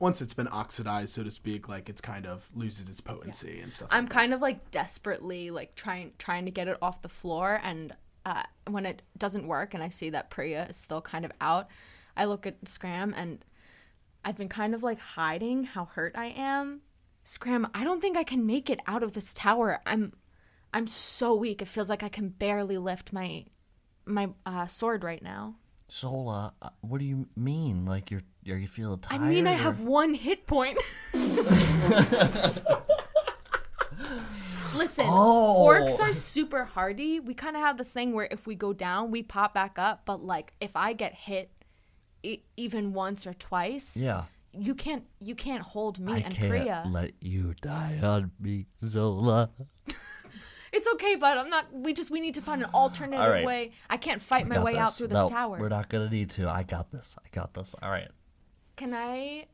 Speaker 1: once it's been oxidized, so to speak, like it's kind of loses its potency and stuff.
Speaker 2: I'm kind of like desperately like trying trying to get it off the floor, and uh, when it doesn't work, and I see that Priya is still kind of out, I look at Scram, and I've been kind of like hiding how hurt I am. Scram, I don't think I can make it out of this tower. I'm I'm so weak. It feels like I can barely lift my my uh, sword right now.
Speaker 4: Zola, uh, what do you mean? Like you're, you're you feel
Speaker 2: I
Speaker 4: tired?
Speaker 2: mean, I
Speaker 4: or-
Speaker 2: have one hit point. Listen,
Speaker 4: Oh.
Speaker 2: orcs are super hardy. We kind of have this thing where if we go down, we pop back up. But like, if I get hit e- even once or twice,
Speaker 4: Yeah.
Speaker 2: you can't you can't hold me
Speaker 4: I
Speaker 2: and
Speaker 4: can't
Speaker 2: Priya.
Speaker 4: let you die on me, Zola.
Speaker 2: it's okay, but I'm not. We just we need to find an alternative
Speaker 4: All right.
Speaker 2: way. I can't fight my
Speaker 4: Got
Speaker 2: way out
Speaker 4: this.
Speaker 2: through this
Speaker 4: no,
Speaker 2: tower.
Speaker 4: We're not gonna need to. I got this. I got this. All right.
Speaker 2: Can I?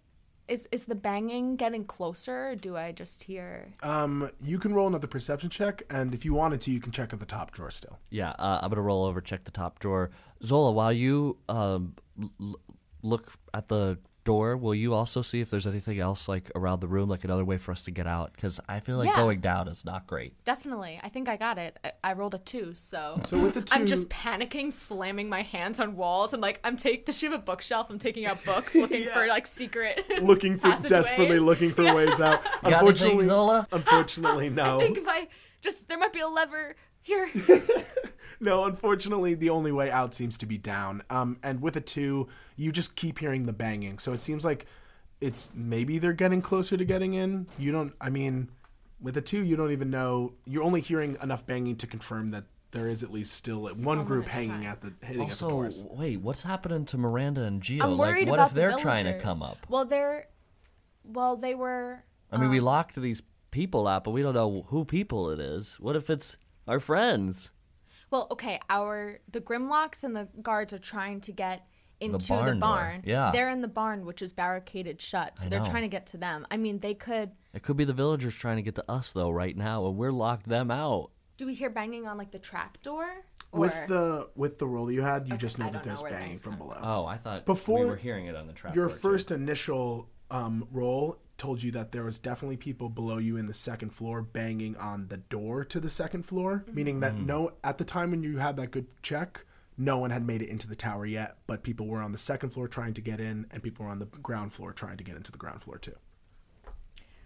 Speaker 2: Is is the banging getting closer? Or do I just hear?
Speaker 1: um, you can roll another perception check, and if you wanted to, you can check at the top drawer still.
Speaker 4: Yeah, uh, I'm gonna roll over, check the top drawer. Zola, while you um, l- l- look at the door, will you also see if there's anything else like around the room, like another way for us to get out? Because I feel like
Speaker 2: Yeah.
Speaker 4: going down is not great.
Speaker 2: Definitely. I think I got it. I, I rolled a two, so.
Speaker 1: So with the two,
Speaker 2: I'm just panicking, slamming my hands on walls, and like I'm take. Does she have a bookshelf? I'm taking out books, looking for like secret.
Speaker 1: looking for
Speaker 2: passageways.
Speaker 1: desperately looking for ways out.
Speaker 4: You got anything,
Speaker 1: unfortunately,
Speaker 4: Zola?
Speaker 1: unfortunately,
Speaker 2: I
Speaker 1: no.
Speaker 2: think if I just there might be a lever here.
Speaker 1: No, unfortunately, the only way out seems to be down. Um, and with a two, you just keep hearing the banging. So it seems like it's maybe they're getting closer to getting in. You don't. I mean, with a two, you don't even know. You're only hearing enough banging to confirm that there is at least still one group
Speaker 2: is
Speaker 1: hanging
Speaker 2: trying.
Speaker 1: at the hitting at the
Speaker 4: Also,
Speaker 1: doors.
Speaker 4: wait, what's happening to Miranda and Gio?
Speaker 2: I'm worried
Speaker 4: like, what
Speaker 2: about
Speaker 4: if they're
Speaker 2: the
Speaker 4: trying to
Speaker 2: villagers.
Speaker 4: come up?
Speaker 2: Well, they're. Well, they were.
Speaker 4: I mean,
Speaker 2: Um.
Speaker 4: we locked these people out, but we don't know who people it is. What if it's our friends?
Speaker 2: Well, okay. Our the Grimlocks and the guards are trying to get into the barn.
Speaker 4: barn door, yeah.
Speaker 2: They're in the barn, which is barricaded shut. So they're
Speaker 4: know.
Speaker 2: trying to get to them. I mean, they could.
Speaker 4: It could be the villagers trying to get to us though, right now, and we're locked them out.
Speaker 2: Do we hear banging on like the trap door? Or...
Speaker 1: With the with the roll you had, you just
Speaker 2: I
Speaker 1: know
Speaker 2: don't
Speaker 1: that
Speaker 2: know
Speaker 1: there's
Speaker 2: where
Speaker 1: banging
Speaker 2: things
Speaker 1: from
Speaker 2: come
Speaker 1: below.
Speaker 4: Oh, I thought
Speaker 1: Before-
Speaker 4: we were hearing it on the trap.
Speaker 1: Your
Speaker 4: door, too.
Speaker 1: first initial um, roll told you that there was definitely people below you in the second floor banging on the door to the second floor,
Speaker 2: Mm-hmm.
Speaker 1: meaning that no, at the time when you had that good check, no one had made it into the tower yet, but people were on the second floor trying to get in, and people were on the ground floor trying to get into the ground floor too.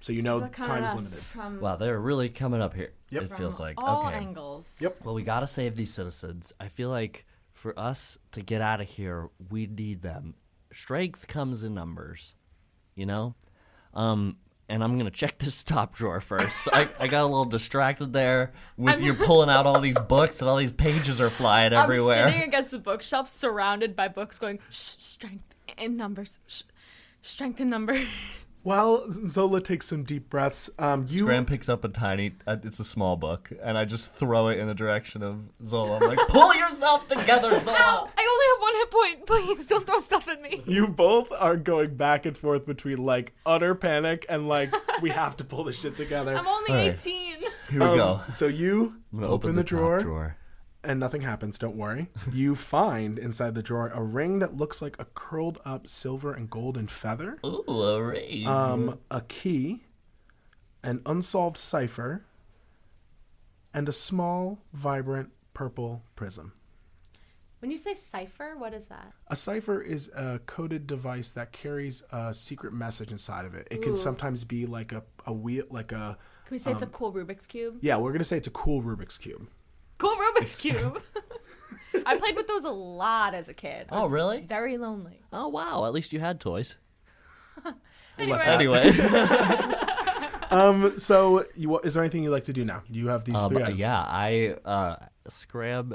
Speaker 1: So you know
Speaker 2: They're coming
Speaker 1: time
Speaker 2: at
Speaker 1: is
Speaker 2: us
Speaker 1: limited.
Speaker 2: From
Speaker 4: Wow, they're really coming up here.
Speaker 1: Yep.
Speaker 4: It feels like
Speaker 2: all
Speaker 4: okay.
Speaker 2: angles.
Speaker 1: Yep.
Speaker 4: Well, we gotta save these citizens. I feel like for us to get out of here, we need them. Strength comes in numbers, you know. Um, and I'm gonna check this top drawer first. I, I got a little distracted there with you pulling out all these books and all these pages are flying
Speaker 2: I'm
Speaker 4: everywhere.
Speaker 2: sitting against the bookshelf, surrounded by books, going "Shh, strength in numbers, Shh, strength in numbers.
Speaker 1: While Zola takes some deep breaths, um, you
Speaker 4: Graham picks up a tiny, uh, it's a small book, and I just throw it in the direction of Zola. I'm like, pull yourself together, Zola!
Speaker 2: Ow! Oh, I only have one hit point. Please don't throw stuff at me.
Speaker 1: you both are going back and forth between like utter panic and like we have to pull this shit together.
Speaker 2: I'm only
Speaker 4: Alright.
Speaker 2: 18.
Speaker 4: Here we go.
Speaker 1: Um, So you open, the,
Speaker 4: top
Speaker 1: drawer, and nothing happens. Don't worry. You find inside the drawer a ring that looks like a curled up silver and golden feather,
Speaker 4: Ooh, a ring.
Speaker 1: um, a key, an unsolved cipher, and a small, vibrant purple prism.
Speaker 2: When you say cipher, what is that?
Speaker 1: A cipher is a coded device that carries a secret message inside of it. It can sometimes be like a, a wheel, like a.
Speaker 2: Can we say it's a cool Rubik's cube?
Speaker 1: Yeah, we're going to say it's a cool Rubik's Cube.
Speaker 2: Cool Rubik's cube. I played with those a lot as a kid. I
Speaker 4: Oh,
Speaker 2: was
Speaker 4: really?
Speaker 2: Very lonely.
Speaker 4: Oh wow! At least you had toys.
Speaker 2: Anyway,
Speaker 4: Anyway,
Speaker 1: Um, so, you, what, is there anything you'd like to do now? You have these
Speaker 4: um,
Speaker 1: three items.
Speaker 4: yeah, I uh, Scram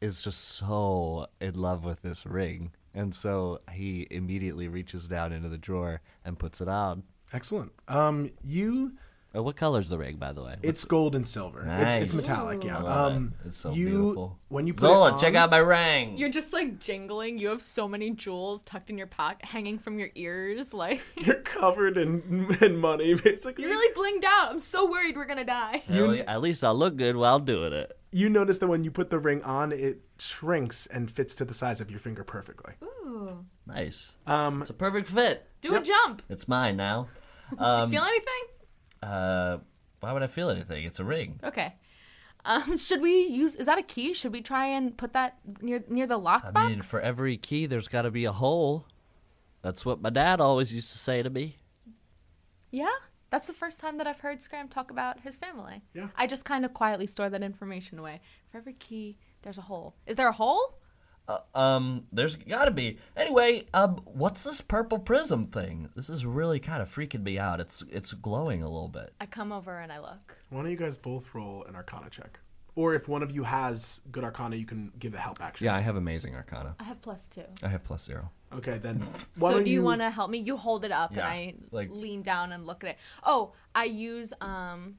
Speaker 4: is just so in love with this ring, and so he immediately reaches down into the drawer and puts it on.
Speaker 1: Excellent. Um, you.
Speaker 4: Uh, what color's the ring, by the way?
Speaker 1: It's gold and silver. It's, it's
Speaker 4: Nice.
Speaker 1: metallic. Yeah.
Speaker 4: I love
Speaker 1: um,
Speaker 4: it. It's so
Speaker 1: you,
Speaker 4: beautiful.
Speaker 1: When you put it
Speaker 4: Zola,
Speaker 1: on-
Speaker 4: check out my ring.
Speaker 2: you're just like jingling. You have so many jewels tucked in your pocket, hanging from your ears. Like
Speaker 1: you're covered in, in money, basically.
Speaker 2: you really blinged out. I'm so worried we're gonna die.
Speaker 4: Hell yeah, At least I'll look good while doing it.
Speaker 1: You notice that when you put the ring on, it shrinks and fits to the size of your finger perfectly.
Speaker 2: Ooh.
Speaker 4: Nice.
Speaker 1: Um,
Speaker 4: It's a perfect fit.
Speaker 2: Do a jump.
Speaker 4: It's mine now. Um,
Speaker 2: Do you feel anything?
Speaker 4: Uh, why would I feel anything? It's a ring.
Speaker 2: Okay. Um, should we use? Is that a key? Should we try and put that near near the lockbox?
Speaker 4: I mean, for e- every key, there's got to be a hole. That's what my dad always used to say to me.
Speaker 2: yeah, that's the first time that I've heard Scram talk about his family.
Speaker 1: Yeah.
Speaker 2: I just kind of quietly store that information away. For every key, there's a hole. Is there a hole?
Speaker 4: Uh, um, there's got to be. Anyway, um, what's this purple prism thing? This is really kind of freaking me out. It's it's glowing a little bit.
Speaker 2: I come over and I look.
Speaker 1: why don't you guys both roll an Arcana check? Or if one of you has good Arcana, you can give the help action.
Speaker 4: Yeah, I have amazing arcana.
Speaker 2: I have plus two.
Speaker 4: I have plus zero.
Speaker 1: Okay, then. Why
Speaker 2: so
Speaker 1: don't
Speaker 2: do you, want to help me? You hold it up
Speaker 4: Yeah,
Speaker 2: and I
Speaker 4: like-
Speaker 2: lean down and look at it. Oh, I use um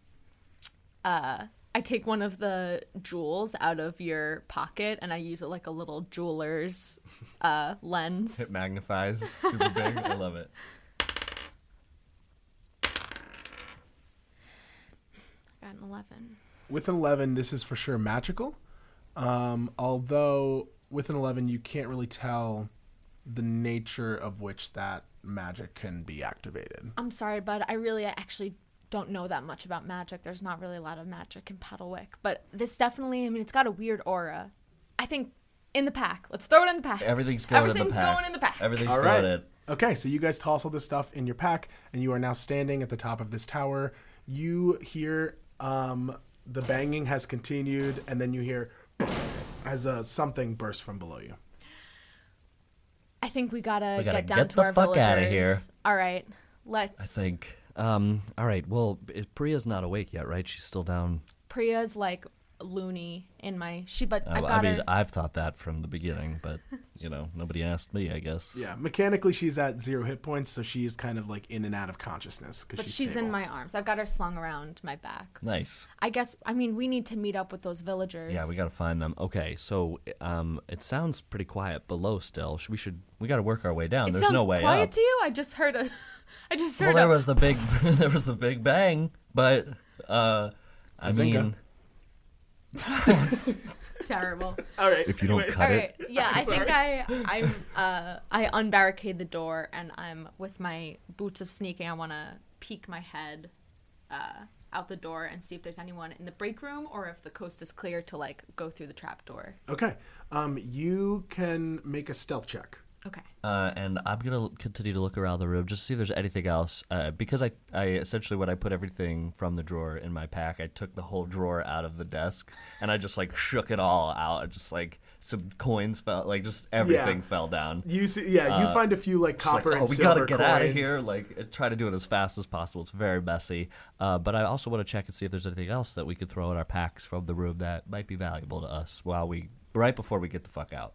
Speaker 2: uh I take one of the jewels out of your pocket and I use it like a little jeweler's uh lens.
Speaker 4: It magnifies super big. I love it.
Speaker 2: I got an 11.
Speaker 1: With an 11, this is for sure magical. Um, although, with an 11, you can't really tell the nature of which that magic can be activated.
Speaker 2: I'm sorry, bud. I really I actually don't know that much about magic. There's not really a lot of magic in Paddlewick, but this definitely, I mean, it's got a weird aura. I think in the pack. Let's throw it in the pack.
Speaker 4: Everything's going in the
Speaker 2: Everything's
Speaker 4: pack.
Speaker 2: going in the pack.
Speaker 4: Everything's
Speaker 1: All
Speaker 4: going
Speaker 1: right.
Speaker 4: in.
Speaker 1: Okay, so you guys toss all this stuff in your pack, and you are now standing at the top of this tower. You hear um, the banging has continued, and then you hear as a something bursts from below you.
Speaker 2: I think we gotta,
Speaker 4: We gotta
Speaker 2: get down
Speaker 4: get
Speaker 2: to
Speaker 4: the
Speaker 2: our
Speaker 4: fuck
Speaker 2: villagers.
Speaker 4: outta here.
Speaker 2: All right, let's. I
Speaker 4: Think. Um. All right. Well, i- Priya's not awake yet, right? She's still down.
Speaker 2: Priya's like loony in my. She, but I
Speaker 4: Oh, Uh, I,
Speaker 2: got
Speaker 4: I mean,
Speaker 2: her.
Speaker 4: I've thought that from the beginning, but you know, nobody asked me. I guess.
Speaker 1: Yeah, mechanically she's at zero hit points, so she is kind of like in and out of consciousness because
Speaker 2: but
Speaker 1: she's,
Speaker 2: she's in
Speaker 1: stable.
Speaker 2: my arms. I've got her slung around my back.
Speaker 4: Nice.
Speaker 2: I guess. I mean, we need to meet up with those villagers.
Speaker 4: Yeah, we gotta find them. Okay, so um, it sounds pretty quiet below still. Should, we should we gotta work our way down.
Speaker 2: It
Speaker 4: There's
Speaker 2: sounds
Speaker 4: no way
Speaker 2: quiet
Speaker 4: up.
Speaker 2: to you. I just heard a. I just heard
Speaker 4: well, there
Speaker 2: a.
Speaker 4: was the big there was the big bang, but uh, I
Speaker 1: Bazinga.
Speaker 4: mean,
Speaker 2: terrible.
Speaker 1: All right,
Speaker 4: if you don't
Speaker 1: anyways.
Speaker 4: cut
Speaker 2: All
Speaker 4: it,
Speaker 2: right. Yeah, I think I I'm uh I unbarricade the door and I'm with my boots of sneaking. I want to peek my head uh out the door and see if there's anyone in the break room or if the coast is clear to like go through the trap door.
Speaker 1: Okay, um, you can make a stealth check.
Speaker 2: Okay.
Speaker 4: uh, and I'm gonna l- continue to look around the room just to see if there's anything else. Uh, because I, I essentially when I put everything from the drawer in my pack, I took the whole drawer out of the desk and I just like shook it all out. Just like some coins fell, like just everything fell down.
Speaker 1: You see, yeah, you find a few like
Speaker 4: It's Uh, like,
Speaker 1: copper
Speaker 4: oh,
Speaker 1: and
Speaker 4: we
Speaker 1: silver
Speaker 4: gotta get
Speaker 1: coins.
Speaker 4: out of here. Like, uh, try to do it as fast as possible. It's very messy. Uh, but I also want to check and see if there's anything else that we could throw in our packs from the room that might be valuable to us while we, right before we get the fuck out.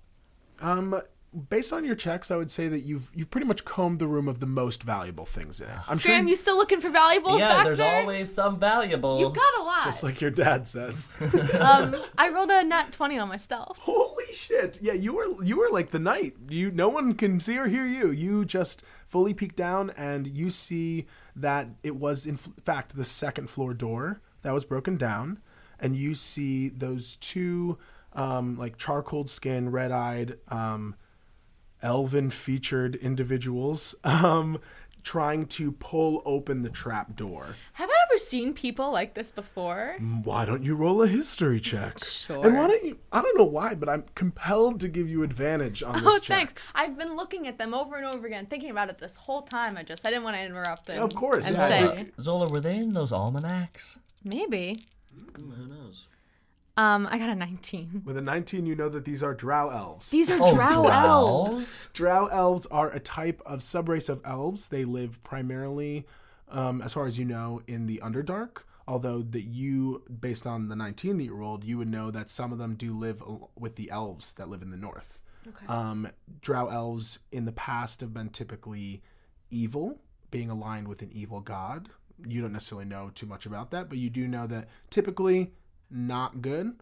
Speaker 1: Um, based on your checks, I would say that you've you've pretty much combed the room of the most valuable things in it. I'm
Speaker 2: Graham, you still looking for valuables
Speaker 4: yeah,
Speaker 2: back
Speaker 4: there's
Speaker 2: there?
Speaker 4: always some valuable.
Speaker 2: You've got a lot.
Speaker 1: Just like your dad says.
Speaker 2: um, I rolled a nat 20 on myself.
Speaker 1: Holy shit! Yeah, you were you were like the knight. You no one can see or hear you. You just fully peek down and you see that it was in f- fact the second floor door that was broken down, and you see those two um, like charcoal skin, red eyed, um, elven featured individuals um, trying to pull open the trap door.
Speaker 2: Have I ever seen people like this before.
Speaker 1: Why don't you roll a history check?
Speaker 2: Sure.
Speaker 1: And why don't you? I don't know why, but I'm compelled to give you advantage on this
Speaker 2: Oh,
Speaker 1: check.
Speaker 2: thanks. I've been looking at them over and over again, thinking about it this whole time. I just I didn't want to interrupt and,
Speaker 1: Of course,
Speaker 2: and
Speaker 1: yeah,
Speaker 2: say
Speaker 4: Zola, were they in those almanacs?
Speaker 2: maybe.
Speaker 4: Who knows?
Speaker 2: Um, I got a 19.
Speaker 1: With a 19, you know that these are drow elves.
Speaker 2: These are
Speaker 4: Oh,
Speaker 2: drow, elves.
Speaker 1: Drow elves are a type of subrace of elves. They live primarily, um, as far as you know, in the Underdark. Although that you, based on the 19 that you rolled, you would know that some of them do live al- with the elves that live in the north.
Speaker 2: Okay.
Speaker 1: Um, drow elves in the past have been typically evil, being aligned with an evil god. You don't necessarily know too much about that, but you do know that typically not good.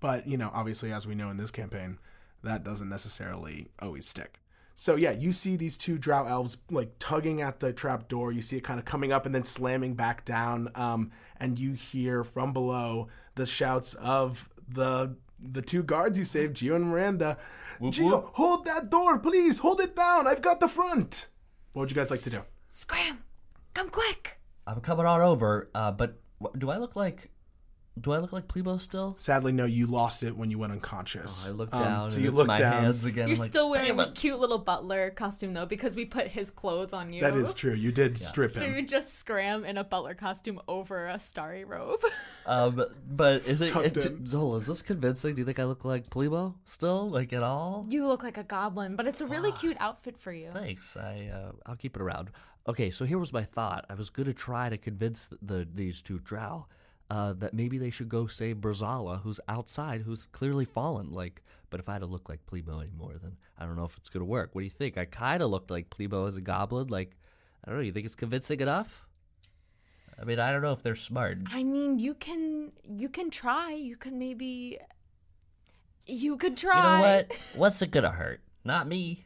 Speaker 1: But, you know, obviously, as we know in this campaign, that doesn't necessarily always stick. So, yeah, you see these two drow elves like tugging at the trap door. You see it kind of coming up and then slamming back down. Um, and you hear from below the shouts of the the two guards you saved, Gio and Miranda. Gio, hold that door, please. Hold it down. I've got the front. What would you guys like to do?
Speaker 2: Scram! Come quick!
Speaker 4: I'm coming on over, uh, but wh- do I look like do I look like Plebo still?
Speaker 1: Sadly, no, you lost it when you went unconscious.
Speaker 4: Oh, I look
Speaker 1: Um,
Speaker 4: down
Speaker 1: so
Speaker 4: and
Speaker 1: you
Speaker 4: it's
Speaker 1: look
Speaker 4: my
Speaker 1: down.
Speaker 4: hands again.
Speaker 2: You're
Speaker 4: I'm like,
Speaker 2: still wearing
Speaker 4: "Damn
Speaker 2: a
Speaker 4: it."
Speaker 2: cute little butler costume though, because we put his clothes on you.
Speaker 1: That is true. You did strip
Speaker 2: So
Speaker 1: him.
Speaker 2: you just scram in a butler costume over a starry robe.
Speaker 4: Um, but is it,
Speaker 1: Tucked
Speaker 4: it-
Speaker 1: in.
Speaker 4: Zola? Is this convincing? Do you think I look like Plebo still, like at all?
Speaker 2: you look like a goblin, but it's a really cute outfit for you.
Speaker 4: Thanks. I uh, I'll keep it around. Okay, so here was my thought. I was gonna try to convince the, these two Drow uh, that maybe they should go save Brazala, who's outside, who's clearly fallen. Like, but if I had to look like Plebo anymore, then I don't know if it's gonna work. What do you think? I kind of looked like Plebo as a goblin. Like, I don't know. You think it's convincing enough? I mean, I don't know if they're smart.
Speaker 2: I mean, you can you can try. You can maybe you could
Speaker 4: You
Speaker 2: try.
Speaker 4: know what? What's it gonna hurt? Not me.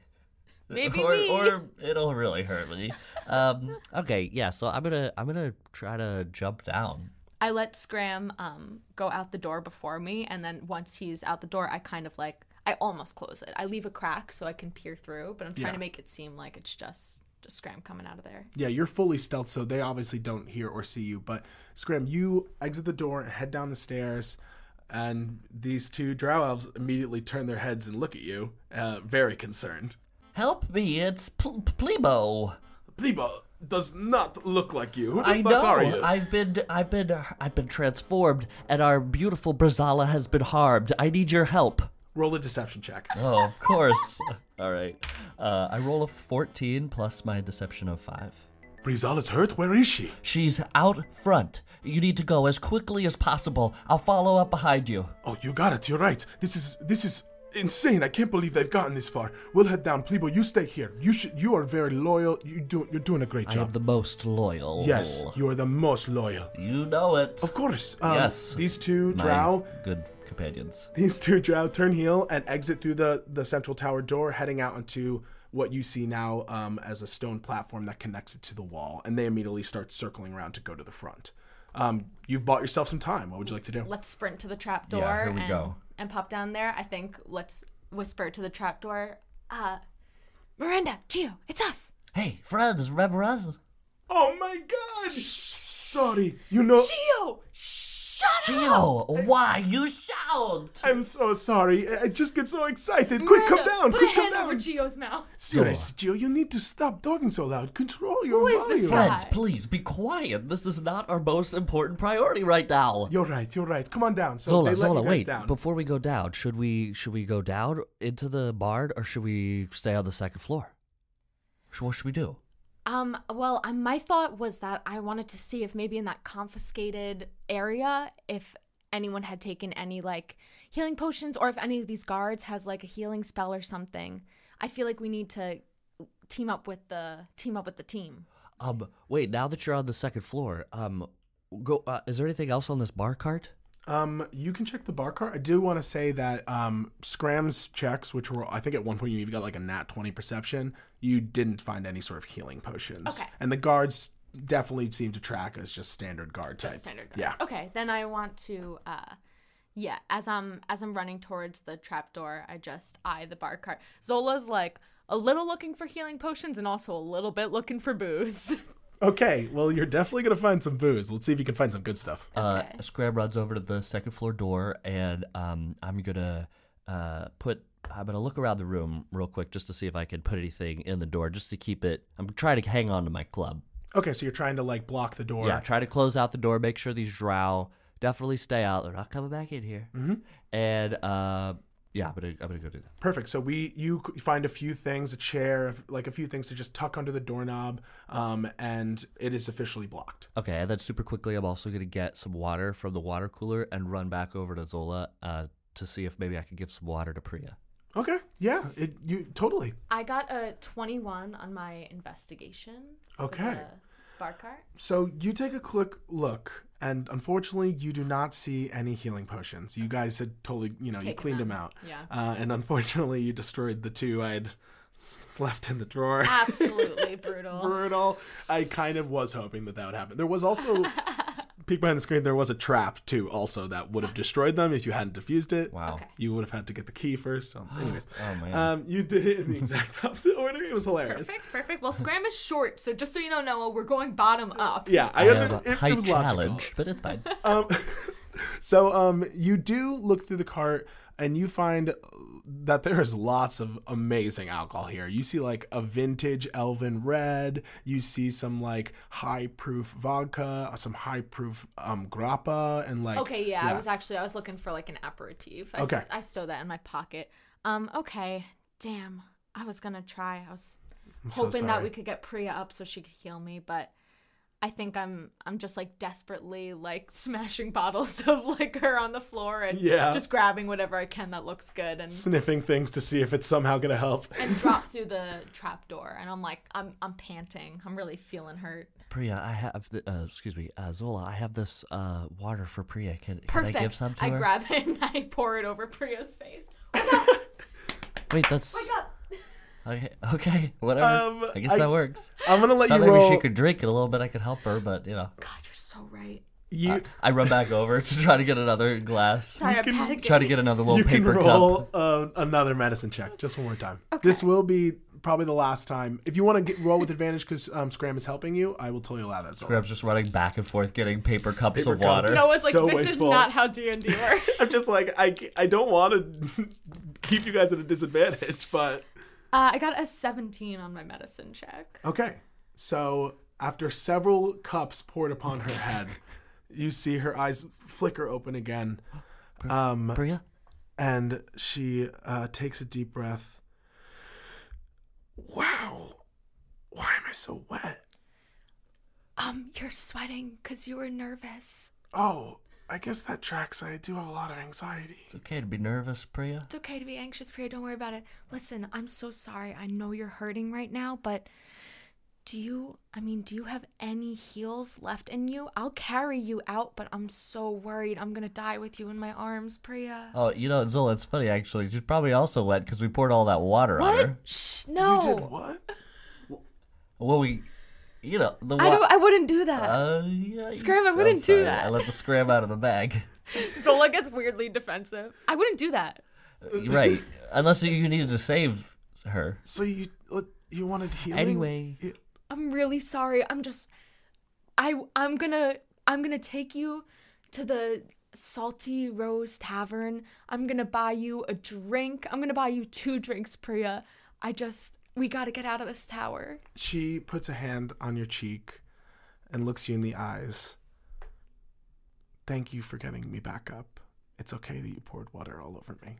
Speaker 2: Maybe
Speaker 4: or,
Speaker 2: me.
Speaker 4: or it'll really hurt me. Um, okay, yeah. So I'm gonna I'm gonna try to jump down.
Speaker 2: I let Scram um go out the door before me, and then once he's out the door, I kind of like I almost close it. I leave a crack so I can peer through, but I'm trying
Speaker 1: Yeah.
Speaker 2: to make it seem like it's just just Scram coming out of there.
Speaker 1: Yeah, you're fully stealth, so they obviously don't hear or see you. But Scram, you exit the door and head down the stairs, and these two drow elves immediately turn their heads and look at you, uh, very concerned.
Speaker 4: Help me! It's Pl- Plebo.
Speaker 1: Pleba does not look like you. Who the
Speaker 4: I
Speaker 1: fuck
Speaker 4: know.
Speaker 1: are you?
Speaker 4: I've been I've been I've been transformed, and our beautiful Brazala has been harmed. I need your help.
Speaker 1: Roll a deception check.
Speaker 4: Oh, of course. All right. Uh, I roll a 14 plus my deception of five.
Speaker 1: Brizal is hurt. Where is she?
Speaker 4: She's out front. You need to go as quickly as possible. I'll follow up behind you.
Speaker 1: Oh, you got it. You're right. This is this is insane. I can't believe they've gotten this far. We'll head down. Plebo, you stay here. You should. You are very loyal. You do. You're doing a great
Speaker 4: I am
Speaker 1: job.
Speaker 4: the most loyal.
Speaker 1: yes, you are the most loyal.
Speaker 4: You know it.
Speaker 1: Of course. Um,
Speaker 4: Yes.
Speaker 1: These two
Speaker 4: My
Speaker 1: drow.
Speaker 4: Good companions.
Speaker 1: These two drow turn heel and exit through the, the central tower door, heading out into what you see now um, as a stone platform that connects it to the wall. And they immediately start circling around to go to the front. Um, you've bought yourself some time. What would you like to do?
Speaker 2: Let's sprint to the trap door
Speaker 4: Yeah, here we
Speaker 2: and,
Speaker 4: go.
Speaker 2: and pop down there. I think let's whisper to the trap door. Uh, Miranda, Gio, it's us.
Speaker 4: Hey, friends, remember us?
Speaker 1: Oh my god! Sorry. You know,
Speaker 2: Gio, shut up.
Speaker 4: Geo, why you shout?
Speaker 1: I'm so sorry. I I just get so excited. Quick, come
Speaker 2: Miranda,
Speaker 1: down!
Speaker 2: Put
Speaker 1: Quick,
Speaker 2: a
Speaker 1: come
Speaker 2: hand
Speaker 1: down!
Speaker 2: over Gio's mouth.
Speaker 1: Seriously, Gio, you need to stop talking so loud. Control your
Speaker 2: Who is this
Speaker 1: volume.
Speaker 2: guy?
Speaker 4: Friends, please be quiet. This is not our most important priority right now.
Speaker 1: You're right, you're right. Come on down. So they
Speaker 4: Zola,
Speaker 1: let
Speaker 4: Zola,
Speaker 1: you guys
Speaker 4: wait.
Speaker 1: down.
Speaker 4: Before we go down, should we should we go down into the barn or should we stay on the second floor? Sh- What should we do?
Speaker 2: Um, well, um, my thought was that I wanted to see if maybe in that confiscated area, if anyone had taken any like healing potions or if any of these guards has like a healing spell or something. I feel like we need to team up with the team up with the team.
Speaker 4: Um, wait. Now that you're on the second floor, um, go. Uh, is there anything else on this bar cart?
Speaker 1: Um, you can check the bar cart. I do want to say that um, Scram's checks, which were I think at one point you even got like a nat twenty perception, you didn't find any sort of healing potions.
Speaker 2: Okay.
Speaker 1: And the guards definitely seem to track as just standard guard type.
Speaker 2: Just standard guards.
Speaker 1: Yeah.
Speaker 2: Okay, then I want to uh yeah, as I'm as I'm running towards the trapdoor, I just eye the bar cart. Zola's like a little looking for healing potions and also a little bit looking for booze.
Speaker 1: Okay, well, you're definitely going to find some booze. Let's see if you can find some good stuff.
Speaker 4: Uh,
Speaker 2: Okay.
Speaker 4: Scrab runs over to the second floor door, and um, I'm gonna uh, put. I'm gonna look around the room real quick just to see if I can put anything in the door, just to keep it. I'm trying to hang on to my club.
Speaker 1: Okay, so you're trying to like block the door.
Speaker 4: Yeah, try to close out the door. Make sure these drow definitely stay out. They're not coming back in here. Mm-hmm. And uh, yeah, I'm gonna I'm gonna go do that.
Speaker 1: Perfect. So we you c- find a few things, a chair, f- like a few things to just tuck under the doorknob, um, and it is officially blocked.
Speaker 4: Okay, and then super quickly, I'm also gonna get some water from the water cooler and run back over to Zola uh, to see if maybe I can give some water to Priya.
Speaker 1: Okay. Yeah. It you totally.
Speaker 2: I got a 21 on my investigation. for
Speaker 1: Okay.
Speaker 2: the Bar cart.
Speaker 1: So you take a quick look, and unfortunately, you do not see any healing potions. You guys had totally, you know, you
Speaker 2: Taken
Speaker 1: cleaned
Speaker 2: them.
Speaker 1: them out.
Speaker 2: Yeah.
Speaker 1: Uh, and unfortunately, you destroyed the two I'd left in the drawer.
Speaker 2: Absolutely brutal.
Speaker 1: Brutal. I kind of was hoping that that would happen. There was also, s- peek behind the screen, there was a trap too, also, that would have destroyed them if you hadn't defused it.
Speaker 4: Wow.
Speaker 2: Okay.
Speaker 1: You would have had to get the key first. Um, anyways,
Speaker 4: Oh, man.
Speaker 1: Um, you did it in the exact opposite order. It was hilarious.
Speaker 2: Perfect, perfect. Well, Scram is short, so just so you know, Noah, we're going bottom up.
Speaker 1: Yeah, I,
Speaker 4: I
Speaker 1: under-
Speaker 4: have a
Speaker 1: it- it
Speaker 4: high
Speaker 1: was logical.
Speaker 4: challenge, but it's fine.
Speaker 1: um, so um, you do look through the cart and you find that there is lots of amazing alcohol here. You see like a vintage Elven Red. You see some like high proof vodka, some high proof um, grappa, and like
Speaker 2: Okay, yeah, I was actually I was looking for like an aperitif. I, s-
Speaker 1: Okay.
Speaker 2: I stowed that in my pocket. Um, okay, damn, I was gonna try. I was
Speaker 1: so
Speaker 2: hoping that
Speaker 1: sorry.
Speaker 2: we could get Priya up so she could heal me, but I think I'm I'm just like desperately like smashing bottles of liquor on the floor and
Speaker 1: Yeah.
Speaker 2: just grabbing whatever I can that looks good and
Speaker 1: sniffing things to see if it's somehow gonna help.
Speaker 2: and drop through the trap door. And I'm like I'm I'm panting. I'm really feeling hurt.
Speaker 4: Priya, I have the, uh, excuse me, uh, Zola, I have this uh, water for Priya. Can, can I
Speaker 2: Perfect.
Speaker 4: give some to her?
Speaker 2: grab it and I pour it over Priya's face.
Speaker 4: Wait, that's
Speaker 2: Up.
Speaker 4: okay. okay whatever.
Speaker 1: Um,
Speaker 4: I guess
Speaker 1: I-
Speaker 4: that works.
Speaker 1: I'm gonna let
Speaker 4: Thought
Speaker 1: you
Speaker 4: maybe
Speaker 1: roll.
Speaker 4: she could drink it a little bit. I could help her, but you know,
Speaker 2: God, you're so right.
Speaker 1: you
Speaker 4: I run back over to try to get another glass.
Speaker 2: Sorry, I'm panicking.
Speaker 4: Try to get another little
Speaker 1: you can
Speaker 4: paper
Speaker 1: roll
Speaker 4: cup.
Speaker 1: uh, another medicine check just one more time. This will be probably the last time. If you want to get, roll with advantage because um, Scram is helping you, I will totally allow that. Zola.
Speaker 4: Grab's just running back and forth, getting paper cups
Speaker 1: Paper
Speaker 4: of
Speaker 1: cups.
Speaker 4: water.
Speaker 1: No.
Speaker 2: Noah's like,
Speaker 1: So
Speaker 2: this
Speaker 1: wasteful.
Speaker 2: is not how D and D works.
Speaker 1: I'm just like I, I don't want to keep you guys at a disadvantage, but
Speaker 2: Uh, I got a 17 on my medicine check.
Speaker 1: okay. So after several cups poured upon her head, you see her eyes flicker open again, um,
Speaker 4: Priya,
Speaker 1: and she uh, takes a deep breath. Wow, why am I so wet?
Speaker 2: Um, you're sweating because you were nervous.
Speaker 1: Oh, I guess that tracks. I do have a lot of anxiety.
Speaker 4: it's okay to be nervous, Priya.
Speaker 2: It's okay to be anxious, Priya. Don't worry about it. Listen, I'm so sorry. I know you're hurting right now, but do you, I mean, do you have any heels left in you? I'll carry you out, but I'm so worried. I'm going to die with you in my arms, Priya.
Speaker 1: Uh,
Speaker 4: Oh, you know, Zola, it's funny actually. She's probably also wet because we poured all that water on
Speaker 2: what?
Speaker 4: her.
Speaker 2: Shh,
Speaker 1: You
Speaker 2: no.
Speaker 1: did what?
Speaker 4: Well, we, you know, the
Speaker 2: I,
Speaker 4: wa-
Speaker 2: don't, I wouldn't do that.
Speaker 4: Uh, yeah, you-
Speaker 2: Scram, I
Speaker 4: I'm
Speaker 2: wouldn't do
Speaker 4: sorry.
Speaker 2: that.
Speaker 4: I let the scram out of the bag.
Speaker 2: Zola gets weirdly defensive. I wouldn't do that.
Speaker 4: You're right. Unless you- you needed to save her.
Speaker 1: So you you wanted healing?
Speaker 4: Anyway.
Speaker 1: You-
Speaker 2: I'm really sorry. I'm just I I'm going to I'm going to take you to the Salty Rose Tavern. I'm going to buy you a drink. I'm going to buy you two drinks, Priya. I just we got to get out of this tower.
Speaker 1: She puts a hand on your cheek and looks you in the eyes. Thank you for getting me back up. It's okay that you poured water all over me.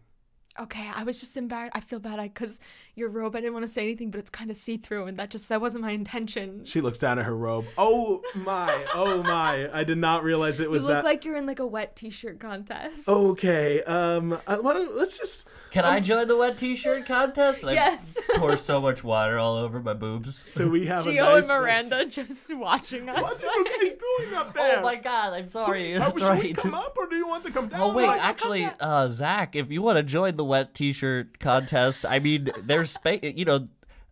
Speaker 2: Okay, I was just embarrassed. I feel bad because your robe. I didn't want to say anything, but it's kind of see through, and that just that wasn't my intention.
Speaker 1: She looks down at her robe. Oh my, oh my. I did not realize it
Speaker 2: You
Speaker 1: was
Speaker 2: look
Speaker 1: that. Oh,
Speaker 2: like you're in like a wet t-shirt contest.
Speaker 1: okay, um, I, why don't- let's just.
Speaker 4: Can I join the wet t-shirt contest? And I
Speaker 2: Um, Yes.
Speaker 4: pour so much water all over my boobs.
Speaker 1: So we have a
Speaker 2: Gio
Speaker 1: nice.
Speaker 2: and Miranda just watching us.
Speaker 1: What are you guys doing up there?
Speaker 4: Oh my god, I'm sorry.
Speaker 1: How-
Speaker 4: That's
Speaker 1: should we
Speaker 4: right.
Speaker 1: come up or do you want to come down?
Speaker 4: Oh wait,
Speaker 1: Like-
Speaker 4: actually, uh, Zach, if you want to join the wet t-shirt contest, I mean, there's space. You know,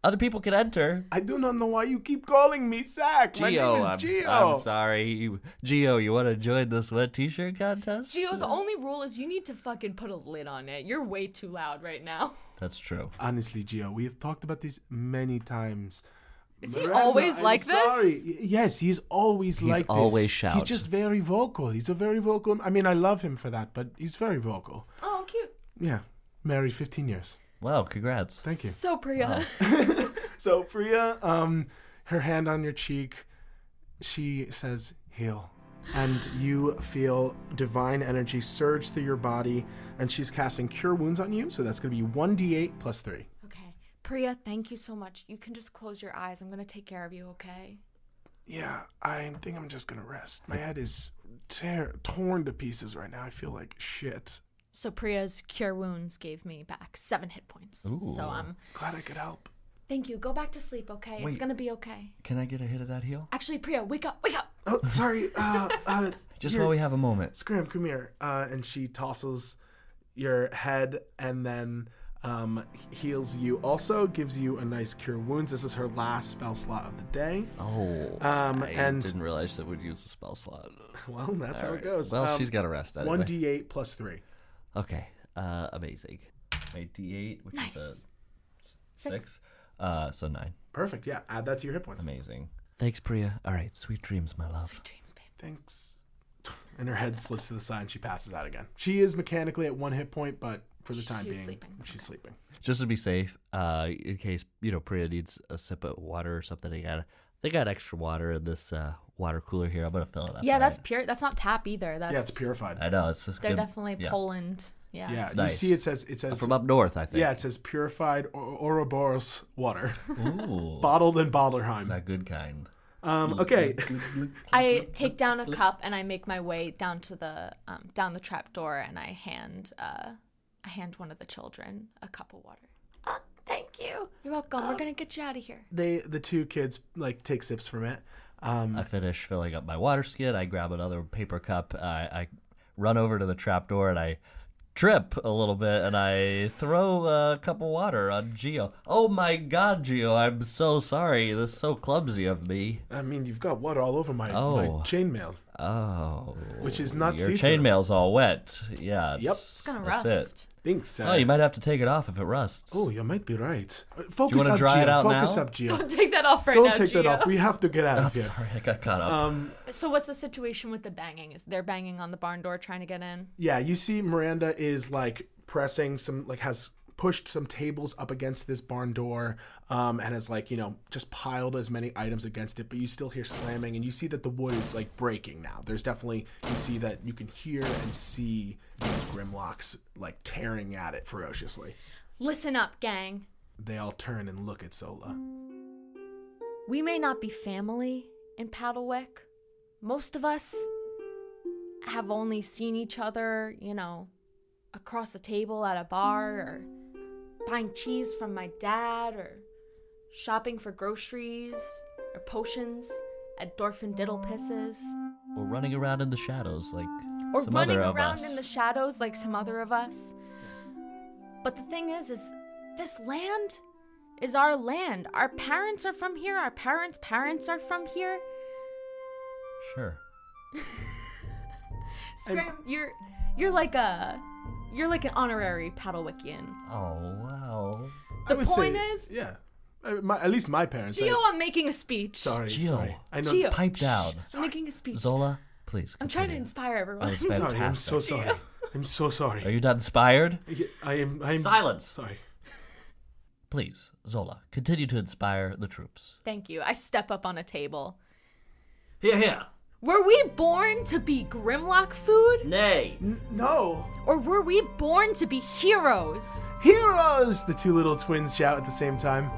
Speaker 4: other people can enter.
Speaker 1: I do not know why you keep calling me Zach. My name
Speaker 4: Geo,
Speaker 1: is
Speaker 4: I'm,
Speaker 1: Geo.
Speaker 4: I'm sorry. Geo, you want to join this wet t-shirt contest?
Speaker 2: Gio, the only rule is you need to fucking put a lid on it. You're way too loud right now.
Speaker 4: That's true.
Speaker 1: Honestly, Gio, we have talked about this many times.
Speaker 2: Is he
Speaker 1: Miranda,
Speaker 2: always
Speaker 1: I'm
Speaker 2: like
Speaker 1: sorry.
Speaker 2: this?
Speaker 1: Y- Yes, he's always like this.
Speaker 4: always
Speaker 1: He's
Speaker 4: shout.
Speaker 1: just very vocal. He's a very vocal. I mean, I love him for that, but he's very vocal.
Speaker 2: Oh, cute.
Speaker 1: Yeah. Married 15 years.
Speaker 4: Wow, congrats.
Speaker 1: Thank you.
Speaker 2: So Priya.
Speaker 4: Uh-huh.
Speaker 1: So Priya, um, her hand on your cheek, she says, "Heal," and you feel divine energy surge through your body, and she's casting Cure Wounds on you. So that's going to be one d8 plus three.
Speaker 2: Okay. Priya, thank you so much. You can just close your eyes. I'm going to take care of you, okay?
Speaker 1: Yeah, I think I'm just gonna rest. My head is tear- torn to pieces right now. I feel like shit.
Speaker 2: So Priya's cure wounds gave me back 7 hit points. So um
Speaker 1: Glad I could help.
Speaker 2: thank you. Go back to sleep, okay? It's
Speaker 4: Wait.
Speaker 2: going to be okay.
Speaker 4: Can I get a hit of that heel?
Speaker 2: Actually, Priya, wake up. Wake up.
Speaker 1: Oh, sorry. Uh, uh,
Speaker 4: Just
Speaker 1: here-
Speaker 4: while we have a moment.
Speaker 1: Scram, come here. Uh, and she tosses your head and then um, heals you. Also gives you a nice cure wounds. This is her last spell slot of the day.
Speaker 4: Oh,
Speaker 1: Um,
Speaker 4: I
Speaker 1: and-
Speaker 4: didn't realize that we'd use the spell slot.
Speaker 1: Well, that's how it
Speaker 4: Alright,
Speaker 1: goes.
Speaker 4: Well,
Speaker 1: Um,
Speaker 4: she's got to rest anyway.
Speaker 1: 1d8 plus 3.
Speaker 4: Okay, uh, amazing. My D8, which
Speaker 2: Nice.
Speaker 4: is a six, uh, so nine.
Speaker 1: Perfect. Yeah, add that to your hit points.
Speaker 4: Amazing. Thanks, Priya. All right, sweet dreams, my love.
Speaker 2: Sweet dreams, babe.
Speaker 1: Thanks. And her head slips to the side and she passes out again. She is mechanically at one hit point, but for the time
Speaker 2: She's
Speaker 1: being,
Speaker 2: sleeping.
Speaker 1: she's sleeping.
Speaker 4: Just to be safe, uh, in case you know Priya needs a sip of water or something, they got they got extra water in this uh, water cooler here. I'm gonna fill it up.
Speaker 2: Yeah,
Speaker 4: all
Speaker 2: that's
Speaker 4: Oh, right?
Speaker 2: pure. That's not tap either. That's
Speaker 1: Yeah, it's purified.
Speaker 4: I know it's just
Speaker 2: They're
Speaker 4: good-
Speaker 2: definitely
Speaker 4: yeah.
Speaker 2: Poland. Yeah.
Speaker 1: yeah, you
Speaker 4: nice.
Speaker 1: see, it says it says
Speaker 4: from up north, I think.
Speaker 1: yeah, it says purified Or- Ouroboros water,
Speaker 4: Ooh,
Speaker 1: bottled in Balderheim.
Speaker 4: that good kind. mm,
Speaker 1: Um, okay,
Speaker 2: I take down a cup and I make my way down to the um, down the trap door and I hand uh, I hand one of the children a cup of water.
Speaker 5: Uh, Thank you. Oh.
Speaker 2: You're welcome. We're gonna get you out of here.
Speaker 1: they the two kids like take sips from it. Um,
Speaker 4: I finish filling up my water skid. I grab another paper cup. I, I run over to the trap door and I trip a little bit and I throw a cup of water on Geo. Oh my God, Geo! I'm so sorry. This is so clumsy of me.
Speaker 1: I mean, you've got water all over my, my
Speaker 4: Oh.
Speaker 1: chainmail,
Speaker 4: Oh,
Speaker 1: which is not
Speaker 4: your
Speaker 1: see
Speaker 4: chainmail's all wet. Yeah. It's,
Speaker 2: It's gonna
Speaker 4: that's
Speaker 2: rust.
Speaker 4: It.
Speaker 1: Think so.
Speaker 4: Oh, you might have to take it off if it rusts.
Speaker 1: Oh, you might be right. Uh, Focus
Speaker 4: wanna
Speaker 1: up,
Speaker 4: dry it
Speaker 1: Gio.
Speaker 4: out
Speaker 1: Focus
Speaker 4: now?
Speaker 1: up, Gio. Don't,
Speaker 2: Don't take that off right now,
Speaker 1: take that
Speaker 2: Gio.
Speaker 1: off. We have to get out of here.
Speaker 4: Sorry, I got caught up.
Speaker 1: Um,
Speaker 2: So what's the situation with the banging? Is they're banging on the barn door trying to get in?
Speaker 1: yeah, you see, Miranda is like pressing some, like has pushed some tables up against this barn door, um, and has like you know just piled as many items against it. But you still hear slamming, and you see that the wood is like breaking now. There's definitely you see that you can hear and see these Grimlocks like tearing at it ferociously.
Speaker 2: Listen up, gang.
Speaker 1: They all turn and look at Sola.
Speaker 2: We may not be family in Paddlewick. Most of us have only seen each other, you know, across the table at a bar or buying cheese from my dad or shopping for groceries or potions at Dorfin Diddle Pisses
Speaker 4: We're running around in the shadows like
Speaker 2: or
Speaker 4: some
Speaker 2: running
Speaker 4: other of
Speaker 2: around
Speaker 4: us.
Speaker 2: in the shadows like some other of us. But the thing is, is this land is our land. Our parents are from here. Our parents' parents are from here.
Speaker 4: sure.
Speaker 2: Scram, you're you're like a you're like an honorary Paddlewickian.
Speaker 4: Oh wow.
Speaker 2: The
Speaker 1: I would
Speaker 2: point
Speaker 1: say-
Speaker 2: is-
Speaker 1: yeah, Uh, my, at least my parents. I-
Speaker 2: Geo, I'm making a speech.
Speaker 1: sorry,
Speaker 4: Gio.
Speaker 1: sorry. I know.
Speaker 2: Gio.
Speaker 4: Pipe down.
Speaker 2: I'm making a speech.
Speaker 4: Zola, please.
Speaker 2: I'm trying to
Speaker 4: continue.
Speaker 2: inspire everyone.
Speaker 4: Oh, it's
Speaker 1: Sorry, I'm so
Speaker 4: Fantastic.
Speaker 1: sorry. I'm so sorry.
Speaker 4: Are you not inspired?
Speaker 1: I- I am. I am
Speaker 4: Silence.
Speaker 1: Sorry.
Speaker 4: Please, Zola, continue to inspire the troops.
Speaker 2: Thank you. I step up on a table.
Speaker 4: Here, here.
Speaker 2: Were we born to be Grimlock food?
Speaker 4: Nay.
Speaker 1: No.
Speaker 2: Or were we born to be heroes?
Speaker 1: Heroes! The two little twins shout at the same time.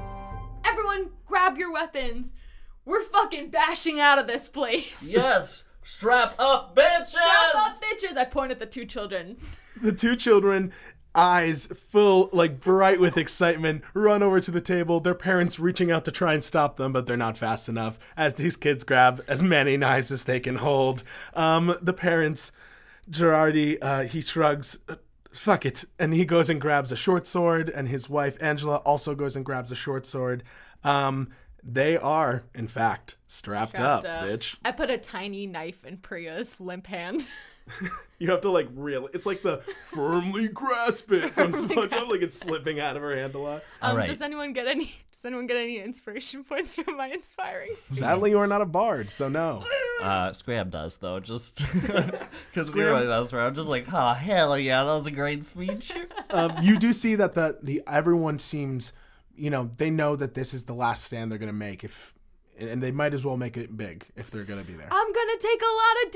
Speaker 2: Everyone grab your weapons. We're fucking bashing out of this place.
Speaker 4: Yes. Strap up, bitches.
Speaker 2: Grab up, bitches! I point at the two children.
Speaker 1: The two children, eyes full, like bright with excitement, run over to the table, their parents reaching out to try and stop them, but they're not fast enough as these kids grab as many knives as they can hold. Um, the parents, Gerardi, uh, he shrugs. Fuck it. And he goes and grabs a short sword, and his wife, Angela, also goes and grabs a short sword. Um, they are, in fact, strapped, up,
Speaker 2: Strapped up.
Speaker 1: bitch.
Speaker 2: I put a tiny knife in Priya's limp hand.
Speaker 1: You have to like really. It's like the
Speaker 2: Oh
Speaker 1: firmly grasp it from SpongeBob, like it's slipping out of her hand a lot.
Speaker 2: Um,
Speaker 4: right.
Speaker 2: Does anyone get any? Does Does anyone get any inspiration points from my inspiring speech?
Speaker 1: Sadly, you are not a bard, so no.
Speaker 4: Uh, Scram does though, just because we were that's where I'm just like, oh hell yeah, that was a great speech.
Speaker 1: um, you do see that the the everyone seems, you know, they know that this is the last stand they're gonna make if, and- and they might as well make it big if they're gonna be there.
Speaker 2: I'm gonna take a lot of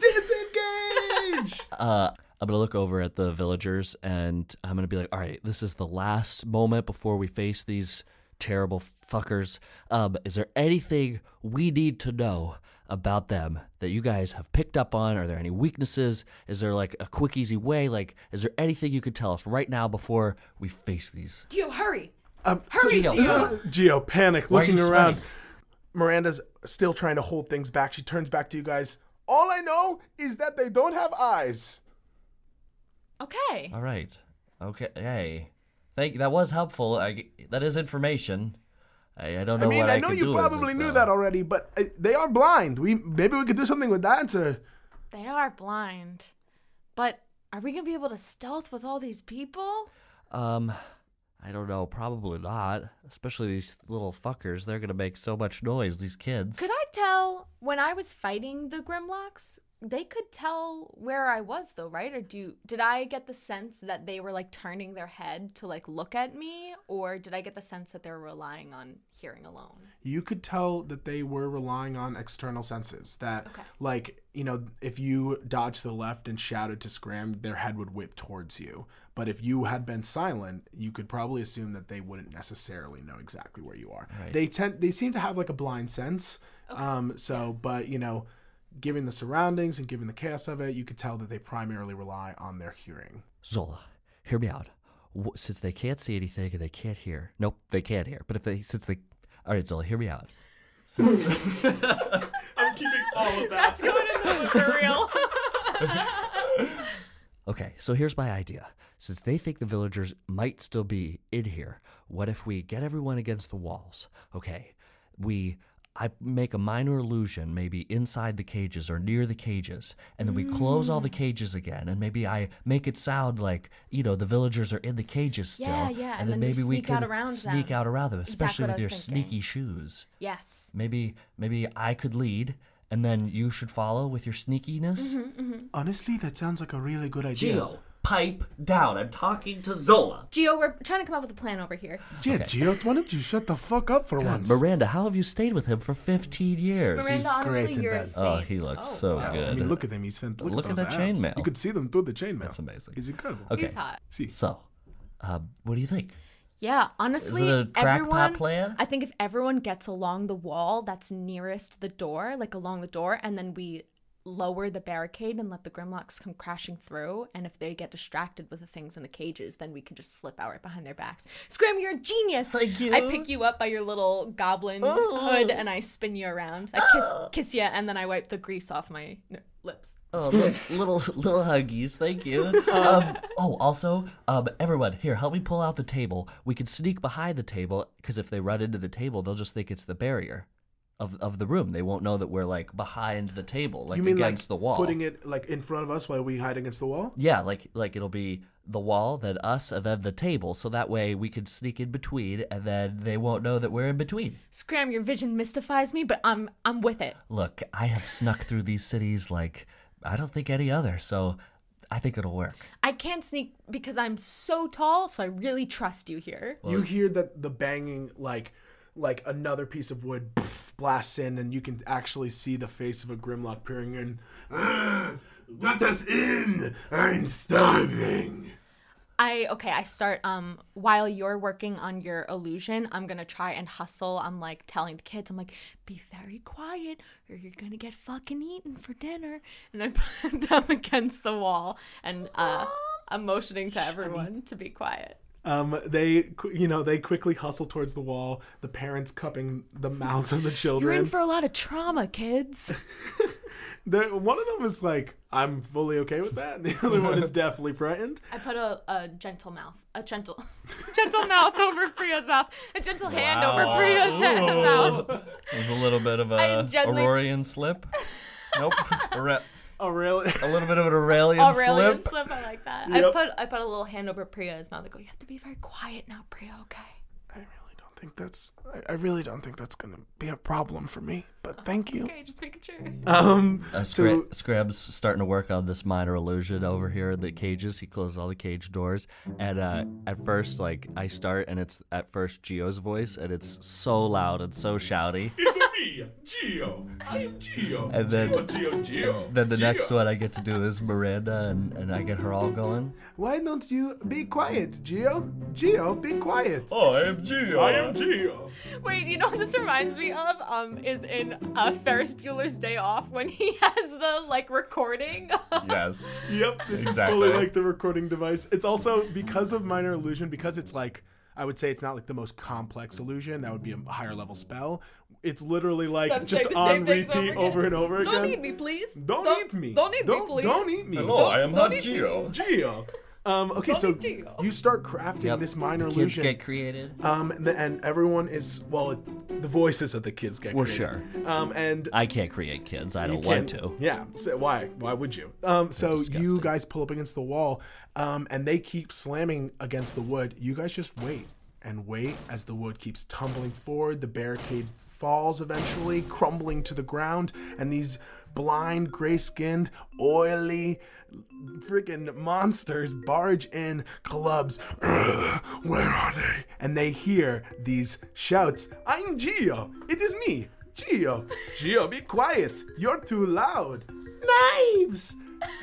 Speaker 2: disengages.
Speaker 1: Disengage.
Speaker 4: Uh, I'm gonna look over at the villagers and I'm gonna be like, all right, this is the last moment before we face these terrible fuckers. Um, is there anything we need to know about them that you guys have picked up on? Are there any weaknesses? Is there like a quick, easy way? Like, is there anything you could tell us right now before we face these?
Speaker 2: Geo, hurry!
Speaker 1: um,
Speaker 2: Hurry,
Speaker 4: Gio.
Speaker 2: Geo!
Speaker 1: Geo panic,
Speaker 4: are
Speaker 1: looking
Speaker 4: you
Speaker 1: around.
Speaker 4: sweating?
Speaker 1: Miranda's still trying to hold things back. She turns back to you guys. All I know is that they don't have eyes.
Speaker 2: Okay.
Speaker 4: All right. Okay. Hey. Thank. That was helpful. I g that is information. I, I don't know
Speaker 1: I mean,
Speaker 4: what
Speaker 1: I
Speaker 4: I
Speaker 1: know
Speaker 4: could
Speaker 1: you
Speaker 4: do with
Speaker 1: probably
Speaker 4: it,
Speaker 1: knew
Speaker 4: though.
Speaker 1: that already, but uh, they are blind. We maybe we could do something with that. Or
Speaker 2: They are blind. But are we gonna be able to stealth with all these people?
Speaker 4: Um, I don't know. Probably not. Especially these little fuckers. They're gonna make so much noise. These kids.
Speaker 2: Could I tell when I was fighting the Grimlocks? They could tell where I was though, right? Or do you, did I get the sense that they were like turning their head to like look at me or did I get the sense that they were relying on hearing alone?
Speaker 1: you could tell that they were relying on external senses. That,
Speaker 2: Okay.
Speaker 1: like, you know, if you dodged to the left and shouted to Scram, their head would whip towards you. But if you had been silent, you could probably assume that they wouldn't necessarily know exactly where you are. They tend, they seem to have like a blind sense. Um, so, but you know, given the surroundings and given the chaos of it, you could tell that they primarily rely on their hearing.
Speaker 4: Zola, hear me out. W- since they can't see anything and they can't hear. Nope, they can't hear. But if they, since they, all right, Zola, hear me out.
Speaker 1: I'm keeping all of that.
Speaker 2: That's going to for real.
Speaker 4: Okay, so here's my idea. Since they think the villagers might still be in here, what if we get everyone against the walls? Okay, we. I make a minor illusion, maybe inside the cages or near the cages, and then we close all the
Speaker 2: Mm.
Speaker 4: cages again, and maybe I make it sound like you know the villagers are in the cages still.
Speaker 2: Yeah, yeah, and then we
Speaker 4: maybe we
Speaker 2: sneak out
Speaker 4: could
Speaker 2: around
Speaker 4: sneak
Speaker 2: them.
Speaker 4: out around them,
Speaker 2: Exactly
Speaker 4: especially
Speaker 2: what I
Speaker 4: with your
Speaker 2: was thinking.
Speaker 4: sneaky shoes.
Speaker 2: yes.
Speaker 4: Maybe maybe I could lead, and then you should follow with your sneakiness.
Speaker 1: Honestly, that sounds like a really good idea.
Speaker 6: pipe down. I'm talking to Zola.
Speaker 2: Geo, we're trying to come up with a plan over here.
Speaker 1: Yeah, Gio, why don't you shut the fuck up for once?
Speaker 4: Miranda, how have you stayed with him for 15 years?
Speaker 2: Miranda, honestly,
Speaker 1: great at
Speaker 2: you're
Speaker 1: that.
Speaker 2: insane.
Speaker 4: Oh, he looks so
Speaker 1: Wow,
Speaker 4: good.
Speaker 1: I mean, look at him. He's fantastic. Look,
Speaker 4: Look
Speaker 1: at
Speaker 4: at
Speaker 1: those
Speaker 4: that
Speaker 1: abs.
Speaker 4: chainmail.
Speaker 1: You could see them through the chainmail. That's
Speaker 4: amazing.
Speaker 1: He's incredible.
Speaker 4: Okay.
Speaker 2: He's hot.
Speaker 1: See,
Speaker 4: So, uh, what do you think?
Speaker 2: Yeah, honestly,
Speaker 4: Is it a crackpot
Speaker 2: everyone,
Speaker 4: plan?
Speaker 2: I think if everyone gets along the wall that's nearest the door, like along the door, and then we lower the barricade and let the Grimlocks come crashing through, and if they get distracted with the things in the cages, then we can just slip out right behind their backs. Scram, you're a genius! Thank you. I pick you up by your little goblin
Speaker 4: Oh.
Speaker 2: hood and I spin you around. I kiss
Speaker 4: Ah.
Speaker 2: kiss you, and then I wipe the grease off my n- lips.
Speaker 4: Oh, li- little little huggies, thank you. Um, oh, also, um, everyone, here, help me pull out the table. We can sneak behind the table because if they run into the table, they'll just think it's the barrier of of the room. They won't know that we're like behind the table, like
Speaker 1: you mean like
Speaker 4: against the wall.
Speaker 1: putting it like in front of us while we hide against the wall?
Speaker 4: Yeah, like like it'll be the wall, then us, and then the table. So that way we can sneak in between, and then they won't know that we're in between.
Speaker 2: Scram, your vision mystifies me, but I'm I'm with it.
Speaker 4: Look, I have snuck through these cities like I don't think any other. So I think it'll work.
Speaker 2: I can't sneak because I'm so tall, so I really trust you here.
Speaker 1: You hear that the banging like like another piece of wood pff, blasts in, and you can actually see the face of a Grimlock peering in. "Ah, let us in! I'm starving.
Speaker 2: I okay, I start um while you're working on your illusion, I'm gonna try and hustle. I'm like telling the kids, I'm like, be very quiet or you're gonna get fucking eaten for dinner. And I put them against the wall and uh I'm motioning to everyone to be quiet.
Speaker 1: Um, they, qu- you know, they quickly hustle towards the wall. The parents cupping the mouths of the children.
Speaker 2: You're in for a lot of trauma, kids.
Speaker 1: There, one of them is like, I'm fully okay with that. And the other one is definitely frightened.
Speaker 2: I put a, a gentle mouth, a gentle, gentle mouth over Priya's mouth, a gentle hand over Priya's hand, mouth.
Speaker 4: It was a little bit of a
Speaker 2: I'm gently-
Speaker 4: Aurorian slip. Nope, Aure-
Speaker 1: Oh, really?
Speaker 4: a little bit of an Aurelian,
Speaker 2: Aurelian
Speaker 4: slip.
Speaker 2: Oh, slip. I like that. I
Speaker 1: Yep.
Speaker 2: put I put a little hand over Priya's mouth. I go, you have to be very quiet now, Priya. Okay.
Speaker 1: I really think that's. I, I really don't think that's gonna be a problem for me. But thank you.
Speaker 2: Okay, just making sure.
Speaker 1: Um.
Speaker 4: Uh, Scra-
Speaker 1: So
Speaker 4: Scrab's starting to work on this minor illusion over here in the cages. He closed all the cage doors, and uh, at first, like I start, and it's at first Geo's voice, and it's so loud and so shouty.
Speaker 7: It's me, Geo. I'm Geo.
Speaker 4: And then-
Speaker 7: Geo, Geo, Geo.
Speaker 4: Then the next
Speaker 7: Geo.
Speaker 4: one I get to do is Miranda, and, and I get her all going.
Speaker 1: why don't you be quiet, Geo? Geo, be quiet.
Speaker 4: Oh, I am Geo.
Speaker 7: I am Geo.
Speaker 2: Wait, you know what this reminds me of? Um, is in uh, Ferris Bueller's Day Off when he has the like recording.
Speaker 4: Yes.
Speaker 1: Yep, this
Speaker 4: Exactly.
Speaker 1: is fully like the recording device. It's also because of minor illusion, because it's like I would say it's not like the most complex illusion. That would be a higher level spell. It's literally like
Speaker 2: Them
Speaker 1: just
Speaker 2: saying the
Speaker 1: on
Speaker 2: same things
Speaker 1: repeat over,
Speaker 2: over again.
Speaker 1: and over
Speaker 2: don't
Speaker 1: again.
Speaker 2: eat me, please.
Speaker 1: Don't, eat me.
Speaker 2: Don't eat me, please.
Speaker 1: Don't eat me.
Speaker 2: I am not Geo.
Speaker 1: Geo. Um, okay,
Speaker 2: Don't
Speaker 1: so
Speaker 2: eat Geo.
Speaker 1: you start crafting this minor
Speaker 4: Kids
Speaker 1: illusion.
Speaker 4: get created.
Speaker 1: um, and, the- and everyone is well. It, the voices of the kids get.
Speaker 4: Well,
Speaker 1: created. Um, and
Speaker 4: I can't create kids. I
Speaker 1: you
Speaker 4: don't want
Speaker 1: can't-
Speaker 4: to.
Speaker 1: Yeah. So why? Why would you? Um, so you
Speaker 4: disgusting.
Speaker 1: guys pull up against the wall, um, and they keep slamming against the wood. You guys just wait and wait as the wood keeps tumbling forward. The barricade falls eventually, crumbling to the ground, and these blind, gray-skinned, oily, freaking monsters barge in clubs. "Ugh, Where are they? And they hear these shouts. I'm Gio. It is me, Gio. Gio, be quiet. You're too loud. Knives.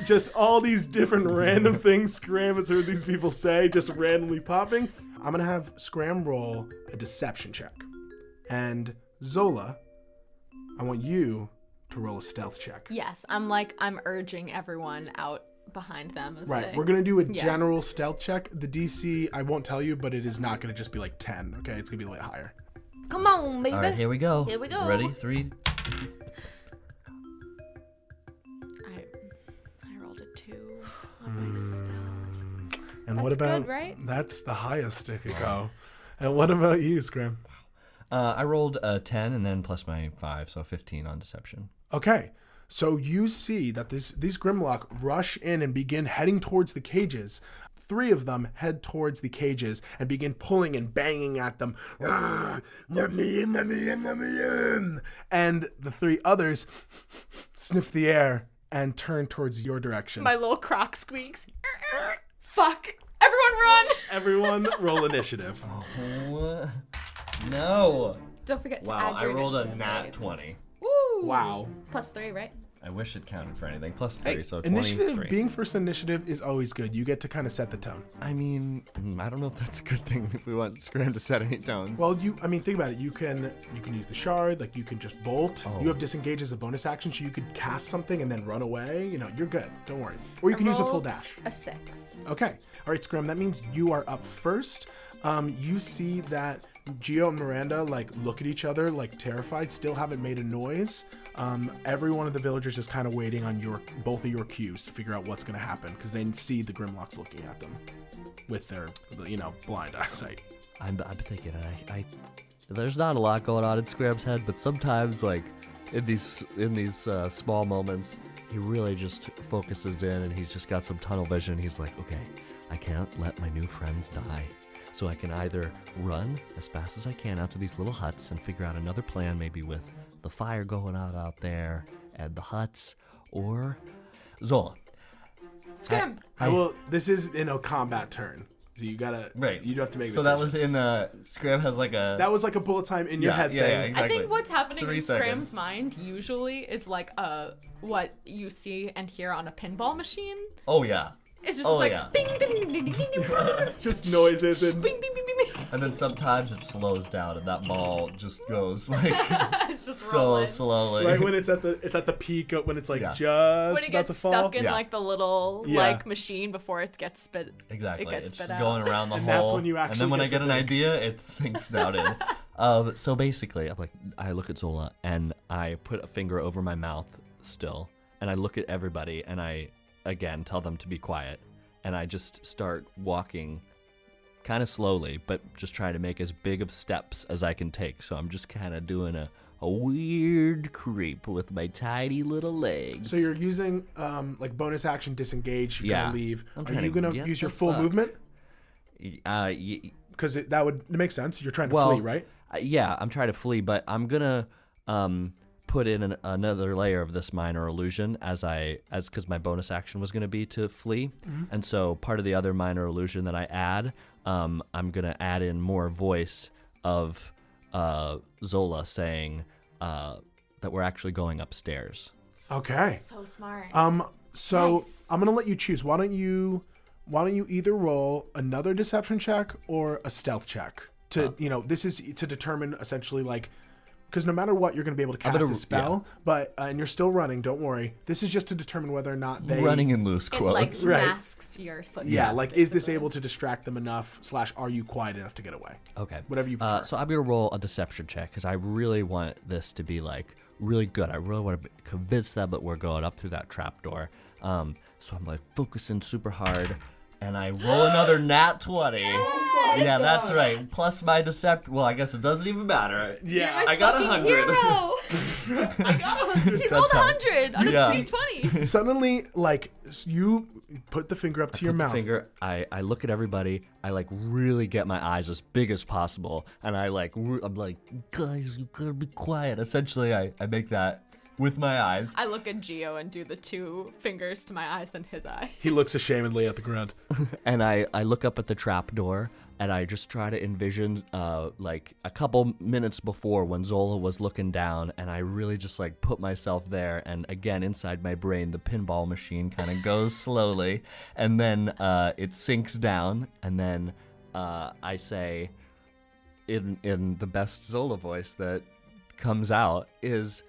Speaker 1: Just all these different random things Scram has heard these people say, just randomly popping. I'm gonna have Scram roll a deception check, and Zola, I want you to roll a stealth check.
Speaker 2: Yes, I'm like I'm urging everyone out behind them. As
Speaker 1: Right.
Speaker 2: they-
Speaker 1: We're gonna do a
Speaker 2: Yeah.
Speaker 1: general stealth check. The DC, I won't tell you, but it is not gonna just be like ten. Okay, it's gonna be like higher.
Speaker 2: Come on, baby.
Speaker 4: All right, here we go.
Speaker 2: Here we go.
Speaker 4: Ready? Three.
Speaker 2: I, I rolled a two
Speaker 1: Hmm.
Speaker 2: on my stealth.
Speaker 1: And what
Speaker 2: That's good,
Speaker 1: about
Speaker 2: right?
Speaker 1: that's the highest it could go. And what about you, Scram?
Speaker 4: Uh, I rolled a ten, and then plus my five, so fifteen on deception.
Speaker 1: Okay. So you see that this these Grimlock rush in and begin heading towards the cages. Three of them head towards the cages and begin pulling and banging at them. "Ah, let me in, let me in, let me in. And the three others sniff the air and turn towards your direction.
Speaker 2: My little croc squeaks. Fuck! Everyone run!
Speaker 1: Everyone roll initiative.
Speaker 4: No.
Speaker 2: Don't forget to
Speaker 4: Wow,
Speaker 2: add
Speaker 4: I
Speaker 2: your
Speaker 4: rolled a
Speaker 2: initiative,
Speaker 4: nat
Speaker 2: right?
Speaker 4: twenty.
Speaker 2: Woo!
Speaker 1: Wow.
Speaker 2: Plus three, right?
Speaker 4: I wish it counted for anything. Plus three, so
Speaker 1: Initiative,
Speaker 4: twenty-three.
Speaker 1: being first initiative is always good. You get to kind of set the tone.
Speaker 4: I mean, mm, I don't know if that's a good thing if we want Scram to set any tones.
Speaker 1: Well, you I mean think about it. You can you can use the shard, like you can just bolt.
Speaker 4: Oh.
Speaker 1: You have disengage as a bonus action, so you could cast something and then run away. You know, you're good. Don't worry. Or you can use a full
Speaker 2: Rolled
Speaker 1: dash.
Speaker 2: A six.
Speaker 1: Okay. All right, Scram, that means you are up first. Um, you see that Geo and Miranda like look at each other like terrified, still haven't made a noise. Um, every one of the villagers is kind of waiting on your both of your cues to figure out what's going to happen because they see the Grimlocks looking at them with their you know blind eyesight.
Speaker 4: I'm, I'm thinking, I, I, there's not a lot going on in Scram's head, but sometimes, like, in these in these uh, small moments, he really just focuses in, and he's just got some tunnel vision. He's like, okay, I can't let my new friends die, so I can either run as fast as I can out to these little huts and figure out another plan, maybe with the fire going on out there and the huts, or Zola.
Speaker 2: Scram!
Speaker 1: I will. This is in a combat turn, so you gotta.
Speaker 4: Right.
Speaker 1: You have to make. a
Speaker 4: So that
Speaker 1: decision.
Speaker 4: was in uh Scram has like a
Speaker 1: That was like a bullet time in your
Speaker 4: Yeah,
Speaker 1: head
Speaker 4: yeah,
Speaker 1: thing.
Speaker 4: yeah, exactly.
Speaker 2: I think what's happening
Speaker 4: Three
Speaker 2: in Scram's
Speaker 4: seconds.
Speaker 2: mind usually is like uh what you see and hear on a pinball machine.
Speaker 4: Oh yeah.
Speaker 2: It's just
Speaker 4: Oh,
Speaker 2: like
Speaker 4: yeah.
Speaker 2: bing ding ding ding ding ding brr,
Speaker 1: Just noises and
Speaker 2: bing ding ding ding ding.
Speaker 4: And then sometimes it slows down and that ball just goes like
Speaker 2: It's just
Speaker 4: so
Speaker 2: rolling.
Speaker 4: slowly.
Speaker 1: right when it's at the it's at the peak of when it's like
Speaker 4: Yeah.
Speaker 1: just
Speaker 2: when it
Speaker 1: about to
Speaker 2: gets
Speaker 1: fall.
Speaker 2: stuck in
Speaker 4: Yeah.
Speaker 2: like the little
Speaker 1: Yeah.
Speaker 2: like machine before it gets spit.
Speaker 4: exactly.
Speaker 2: It gets
Speaker 4: it's
Speaker 2: spit
Speaker 4: just
Speaker 2: out.
Speaker 4: going around the
Speaker 1: And
Speaker 4: hole.
Speaker 1: that's when you
Speaker 4: And then when
Speaker 1: actually
Speaker 4: I
Speaker 1: get
Speaker 4: get
Speaker 1: to
Speaker 4: an idea, it sinks down in. Um, so basically, I'm like, I look at Zola and I put a finger over my mouth still, and I look at everybody and I again tell them to be quiet, and I just start walking kind of slowly, but just trying to make as big of steps as I can take. So I'm just kind of doing a, a weird creep with my tiny little legs.
Speaker 1: so you're using um like bonus action disengage. You're
Speaker 4: Yeah.
Speaker 1: gonna leave.
Speaker 4: I'm
Speaker 1: Are
Speaker 4: trying
Speaker 1: you
Speaker 4: to
Speaker 1: gonna
Speaker 4: get
Speaker 1: use your
Speaker 4: the
Speaker 1: full
Speaker 4: fuck.
Speaker 1: movement?
Speaker 4: uh, y-
Speaker 1: because that would it makes sense. You're trying to
Speaker 4: well,
Speaker 1: flee, right?
Speaker 4: uh, yeah, I'm trying to flee, but I'm gonna um, put in an, another layer of this minor illusion as I as because my bonus action was gonna be to flee,
Speaker 1: Mm-hmm.
Speaker 4: and so part of the other minor illusion that I add, um, I'm gonna add in more voice of uh, Zola saying uh, that we're actually going upstairs.
Speaker 1: Okay.
Speaker 2: So smart.
Speaker 1: Um. So
Speaker 2: Nice.
Speaker 1: I'm gonna let you choose. Why don't you? Why don't you either roll another deception check or a stealth check to
Speaker 4: Uh.
Speaker 1: you know this is to determine essentially like because no matter what you're gonna be able to cast
Speaker 4: gonna-
Speaker 1: the spell, but uh, and you're still running. Don't worry. This is just to determine whether or not they
Speaker 4: Running in loose
Speaker 2: it like
Speaker 4: quotes.
Speaker 1: Right.
Speaker 2: masks your foot.
Speaker 1: Yeah, like is this able to distract them enough? Slash, are you quiet enough to get away?
Speaker 4: Okay.
Speaker 1: Whatever you prefer.
Speaker 4: Uh, so I'm gonna roll a deception check because I really want this to be like really good. I really want to convince them that we're going up through that trapdoor. Um, so I'm like focusing super hard, and I roll another nat twenty.
Speaker 6: Yeah, that's right.
Speaker 4: Plus my decept. Well, I guess it doesn't even matter.
Speaker 1: yeah.
Speaker 6: I got a hundred.
Speaker 2: Hero. I got a hundred. He rolled a
Speaker 4: how-
Speaker 2: hundred on
Speaker 4: Yeah.
Speaker 2: a sweet twenty.
Speaker 1: Suddenly, like s- you put the finger up to your
Speaker 4: Put the
Speaker 1: mouth.
Speaker 4: Finger. I, I look at everybody. I like really get my eyes as big as possible, and I like re- I'm like guys, you gotta be quiet. Essentially, I I make that with my eyes.
Speaker 2: I look at Geo and do the two fingers to my eyes and his eye.
Speaker 1: He looks ashamedly at the ground.
Speaker 4: and I, I look up at the trap door and I just try to envision uh, like a couple minutes before when Zola was looking down and I really just like put myself there and again inside my brain the pinball machine kind of goes slowly and then uh, it sinks down and then uh, I say in in the best Zola voice that comes out is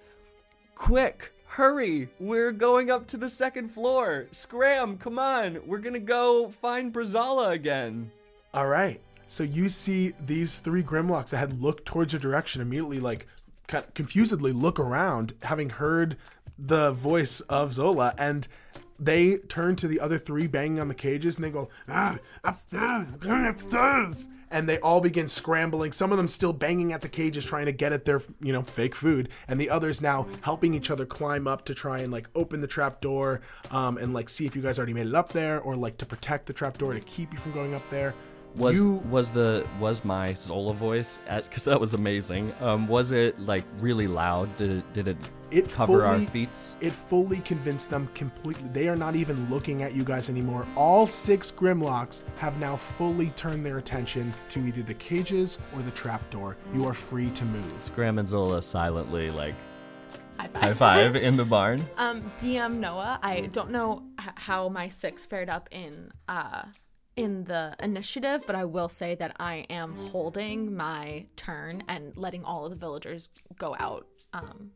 Speaker 4: quick hurry we're going up to the second floor scram come on we're gonna go find brazala again
Speaker 1: All right. So you see these three Grimlocks that had looked towards your direction immediately, like kind of confusedly look around, having heard the voice of Zola, and they turn to the other three banging on the cages, and they go ah, upstairs, going upstairs, and they all begin scrambling. Some of them still banging at the cages, trying to get at their you know fake food, and the others now helping each other climb up to try and like open the trap door, um, and like see if you guys already made it up there, or like to protect the trap door to keep you from going up there.
Speaker 4: was
Speaker 1: You-
Speaker 4: was the was my zola voice because that was amazing um was it like really loud did it did it,
Speaker 1: It
Speaker 4: cover our
Speaker 1: fully-
Speaker 4: feet
Speaker 1: it fully convinced them completely. They are not even looking at you guys anymore. All six Grimlocks have now fully turned their attention to either the cages or the trapdoor. You are free to move.
Speaker 4: graham and zola silently like
Speaker 2: High five.
Speaker 4: high five in the barn
Speaker 2: Um, DM Noah. I don't know h- how my six fared up in uh in the initiative, but I will say that I am holding my turn and letting all of the villagers go out. Um,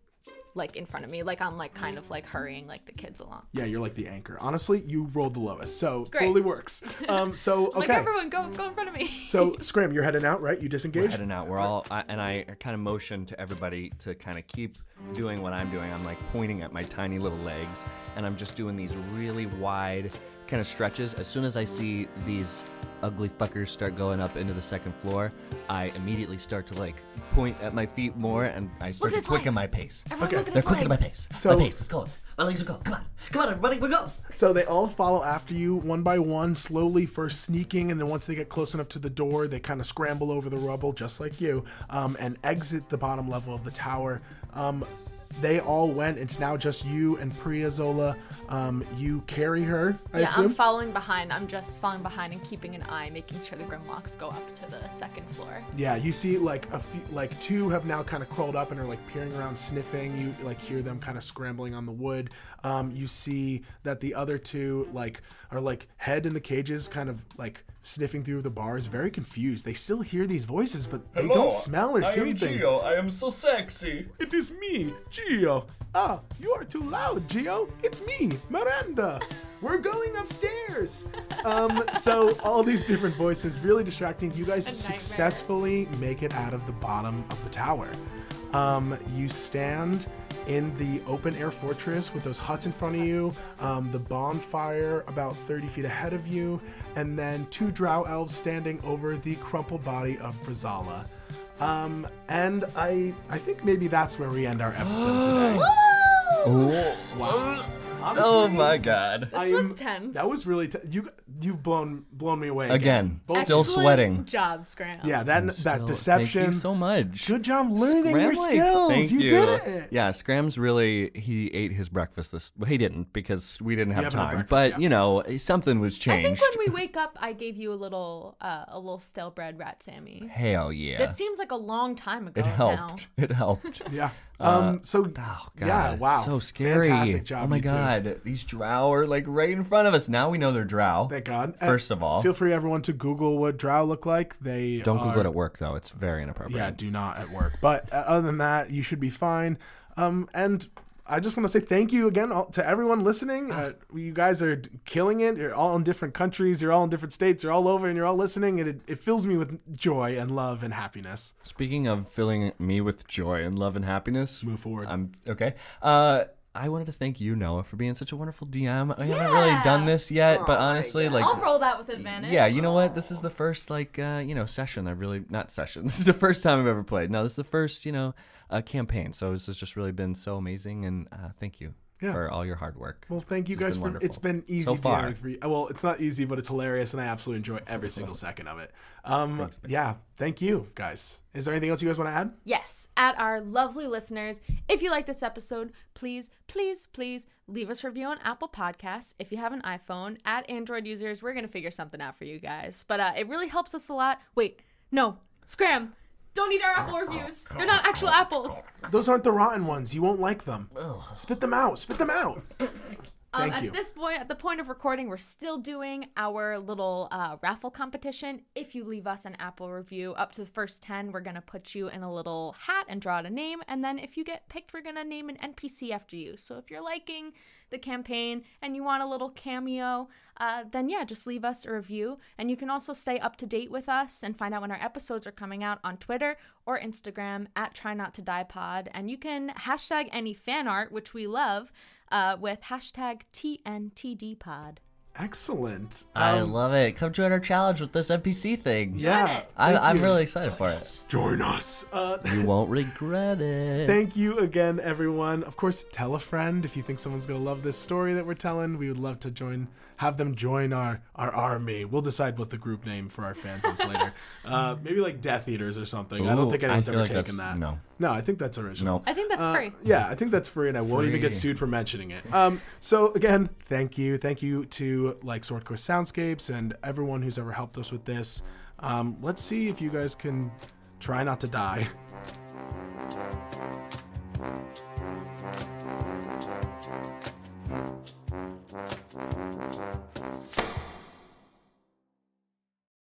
Speaker 2: like in front of me, like I'm like kind of like hurrying like the kids along.
Speaker 1: Yeah, you're like the anchor. Honestly, you rolled the lowest, so
Speaker 2: Great.
Speaker 1: fully works. Um, so okay.
Speaker 2: Like everyone, go go in front of me.
Speaker 1: so Scram, you're heading out, right? You disengage.
Speaker 4: heading out. We're all, I, and I kind of motion to everybody to kind of keep doing what I'm doing. I'm like pointing at my tiny little legs, and I'm just doing these really wide kind of stretches. As soon as I see these ugly fuckers start going up into the second floor, I immediately start to like point at my feet more, and I start
Speaker 5: at
Speaker 4: to
Speaker 5: his
Speaker 4: quicken my
Speaker 5: legs.
Speaker 4: pace.
Speaker 5: Everyone
Speaker 1: Okay.
Speaker 5: look at
Speaker 6: They're
Speaker 5: his
Speaker 6: quick at my
Speaker 5: legs.
Speaker 6: pace.
Speaker 1: So-
Speaker 6: my pace is going. My legs are going. Come on. Come on, everybody. We go.
Speaker 1: So they all follow after you one by one, slowly first sneaking, and then once they get close enough to the door, they kind of scramble over the rubble, just like you, um, and exit the bottom level of the tower. Um, they all went. It's now just you and Priya Zola. Um, you carry her, I
Speaker 2: yeah,
Speaker 1: assume.
Speaker 2: I'm following behind. I'm just following behind and keeping an eye, making sure the Grimlocks go up to the second floor.
Speaker 1: yeah, you see like a few, like two have now kind of crawled up and are like peering around, sniffing. You like hear them kind of scrambling on the wood. Um, you see that the other two like are like head in the cages, kind of like sniffing through the bars, very confused. They still hear these voices, but they don't smell or see anything.
Speaker 3: I am so sexy.
Speaker 1: It is me, Gio. Ah, you are too loud, Gio. It's me, Miranda. We're going upstairs. Um, so all these different voices really distracting. You guys
Speaker 2: nightmare.
Speaker 1: successfully make it out of the bottom of the tower. Um, you stand in the open air fortress with those huts in front of you, um, the bonfire about 30 feet ahead of you, and then two drow elves standing over the crumpled body of Brazala. Um, and
Speaker 2: Oh,
Speaker 1: I I think maybe that's where we end our episode today. wow. Honestly,
Speaker 4: Oh my god.
Speaker 2: This
Speaker 1: I'm-
Speaker 2: was tense.
Speaker 1: that was really t- you. You've blown blown me away
Speaker 4: Again,
Speaker 1: Both-
Speaker 4: still
Speaker 2: Excellent
Speaker 4: sweating.
Speaker 2: Job, Scram.
Speaker 1: Yeah, that that
Speaker 4: Still-
Speaker 1: deception.
Speaker 4: Thank you so much.
Speaker 1: Good job learning your
Speaker 4: Scramling.
Speaker 1: skills.
Speaker 4: Thank
Speaker 1: you, did it.
Speaker 4: Yeah, Scram's really he ate his breakfast this. Well, he didn't because we didn't have
Speaker 1: haven't had
Speaker 4: time.
Speaker 1: breakfast
Speaker 4: But
Speaker 1: yet.
Speaker 4: you know something was
Speaker 2: I think
Speaker 4: changed.
Speaker 2: when we wake up, I gave you a little, uh, a little stale bread rat, Sammy.
Speaker 4: Hell yeah,
Speaker 2: That seems like a long time ago.
Speaker 4: it helped. It helped.
Speaker 1: Yeah. Um. so.
Speaker 4: uh, Oh god.
Speaker 1: Yeah. Wow.
Speaker 4: So scary.
Speaker 1: Fantastic job.
Speaker 4: oh my
Speaker 1: you two.
Speaker 4: god. These drow are like right in front of us. Now we know they're drow.
Speaker 1: Thank God. And
Speaker 4: First of all,
Speaker 1: feel free everyone to Google what drow look like. They
Speaker 4: don't
Speaker 1: are,
Speaker 4: Google it at work though. It's very inappropriate.
Speaker 1: Yeah, do not at work. But uh, other than that, you should be fine. Um, and I just want to say thank you again all, to everyone listening.
Speaker 4: Ah.
Speaker 1: Uh, you guys are d- killing it. You're all in different countries. You're all in different states. You're all over, and you're all listening. And it, it fills me with joy and love and happiness.
Speaker 4: Speaking of filling me with joy and love and happiness,
Speaker 1: Move forward.
Speaker 4: I'm okay. Uh, I wanted to thank you, Noah, for being such a wonderful DM. I haven't really done this yet, but honestly, like,
Speaker 2: I'll roll that with advantage.
Speaker 4: yeah, you know what? This is the first like uh, you know session. I really not session. This is the first time I've ever played. No, this is the first you know uh, campaign. So this has just really been so amazing, and uh, thank you
Speaker 1: Yeah.
Speaker 4: for all your hard work.
Speaker 1: Well, thank you
Speaker 4: This has
Speaker 1: guys for
Speaker 4: been wonderful.
Speaker 1: it's been easy
Speaker 4: So far.
Speaker 1: DMing for you. Well, it's not easy, but it's hilarious, and I absolutely enjoy every single second of it. Um, yeah, thank you guys. Is there anything else you guys want to add?
Speaker 2: Yes, at our lovely listeners. If you like this episode, please, please, please leave us a review on Apple Podcasts. If you have an iPhone, at Android users, we're going to figure something out for you guys. But uh, it really helps us a lot. Wait, no, Scram, don't eat our Apple reviews. They're not actual apples.
Speaker 1: Those aren't the rotten ones. You won't like them. Spit them out. Spit them out.
Speaker 2: Um,
Speaker 1: Thank
Speaker 2: at
Speaker 1: you.
Speaker 2: this point, at the point of recording, we're still doing our little uh, raffle competition. If you leave us an Apple review up to the first 10, we're going to put you in a little hat and draw out a name. And then if you get picked, we're going to name an NPC after you. So if you're liking the campaign and you want a little cameo, uh, then yeah, just leave us a review. And you can also stay up to date with us and find out when our episodes are coming out on Twitter or Instagram at Try Not to Die Pod. And you can hashtag any fan art, which we love, uh, with hashtag TNTD Pod.
Speaker 1: Excellent.
Speaker 4: I
Speaker 1: Um,
Speaker 4: love it. Come join our challenge with this NPC thing.
Speaker 1: yeah.
Speaker 4: I,
Speaker 1: thank
Speaker 4: I'm
Speaker 1: you.
Speaker 4: really excited for it.
Speaker 1: join us. Uh,
Speaker 4: You won't regret it.
Speaker 1: Thank you again, everyone. Of course, tell a friend if you think someone's gonna love this story that we're telling. We would love to join, have them join our our army. We'll decide what the group name for our fans is later. Uh, maybe like Death Eaters or something. I don't
Speaker 4: Ooh,
Speaker 1: think
Speaker 4: I
Speaker 1: anyone's
Speaker 4: feel
Speaker 1: ever
Speaker 4: like
Speaker 1: taken
Speaker 4: that's-
Speaker 1: that.
Speaker 4: no.
Speaker 1: no, I think that's original.
Speaker 4: No.
Speaker 2: I think that's
Speaker 1: Uh,
Speaker 2: free.
Speaker 1: Yeah, I think that's free, and I won't even get
Speaker 4: Free.
Speaker 1: sued for mentioning it. Um, so again, thank you, thank you to like Sword Coast Soundscapes and everyone who's ever helped us with this. Um, let's see if you guys can try not to die.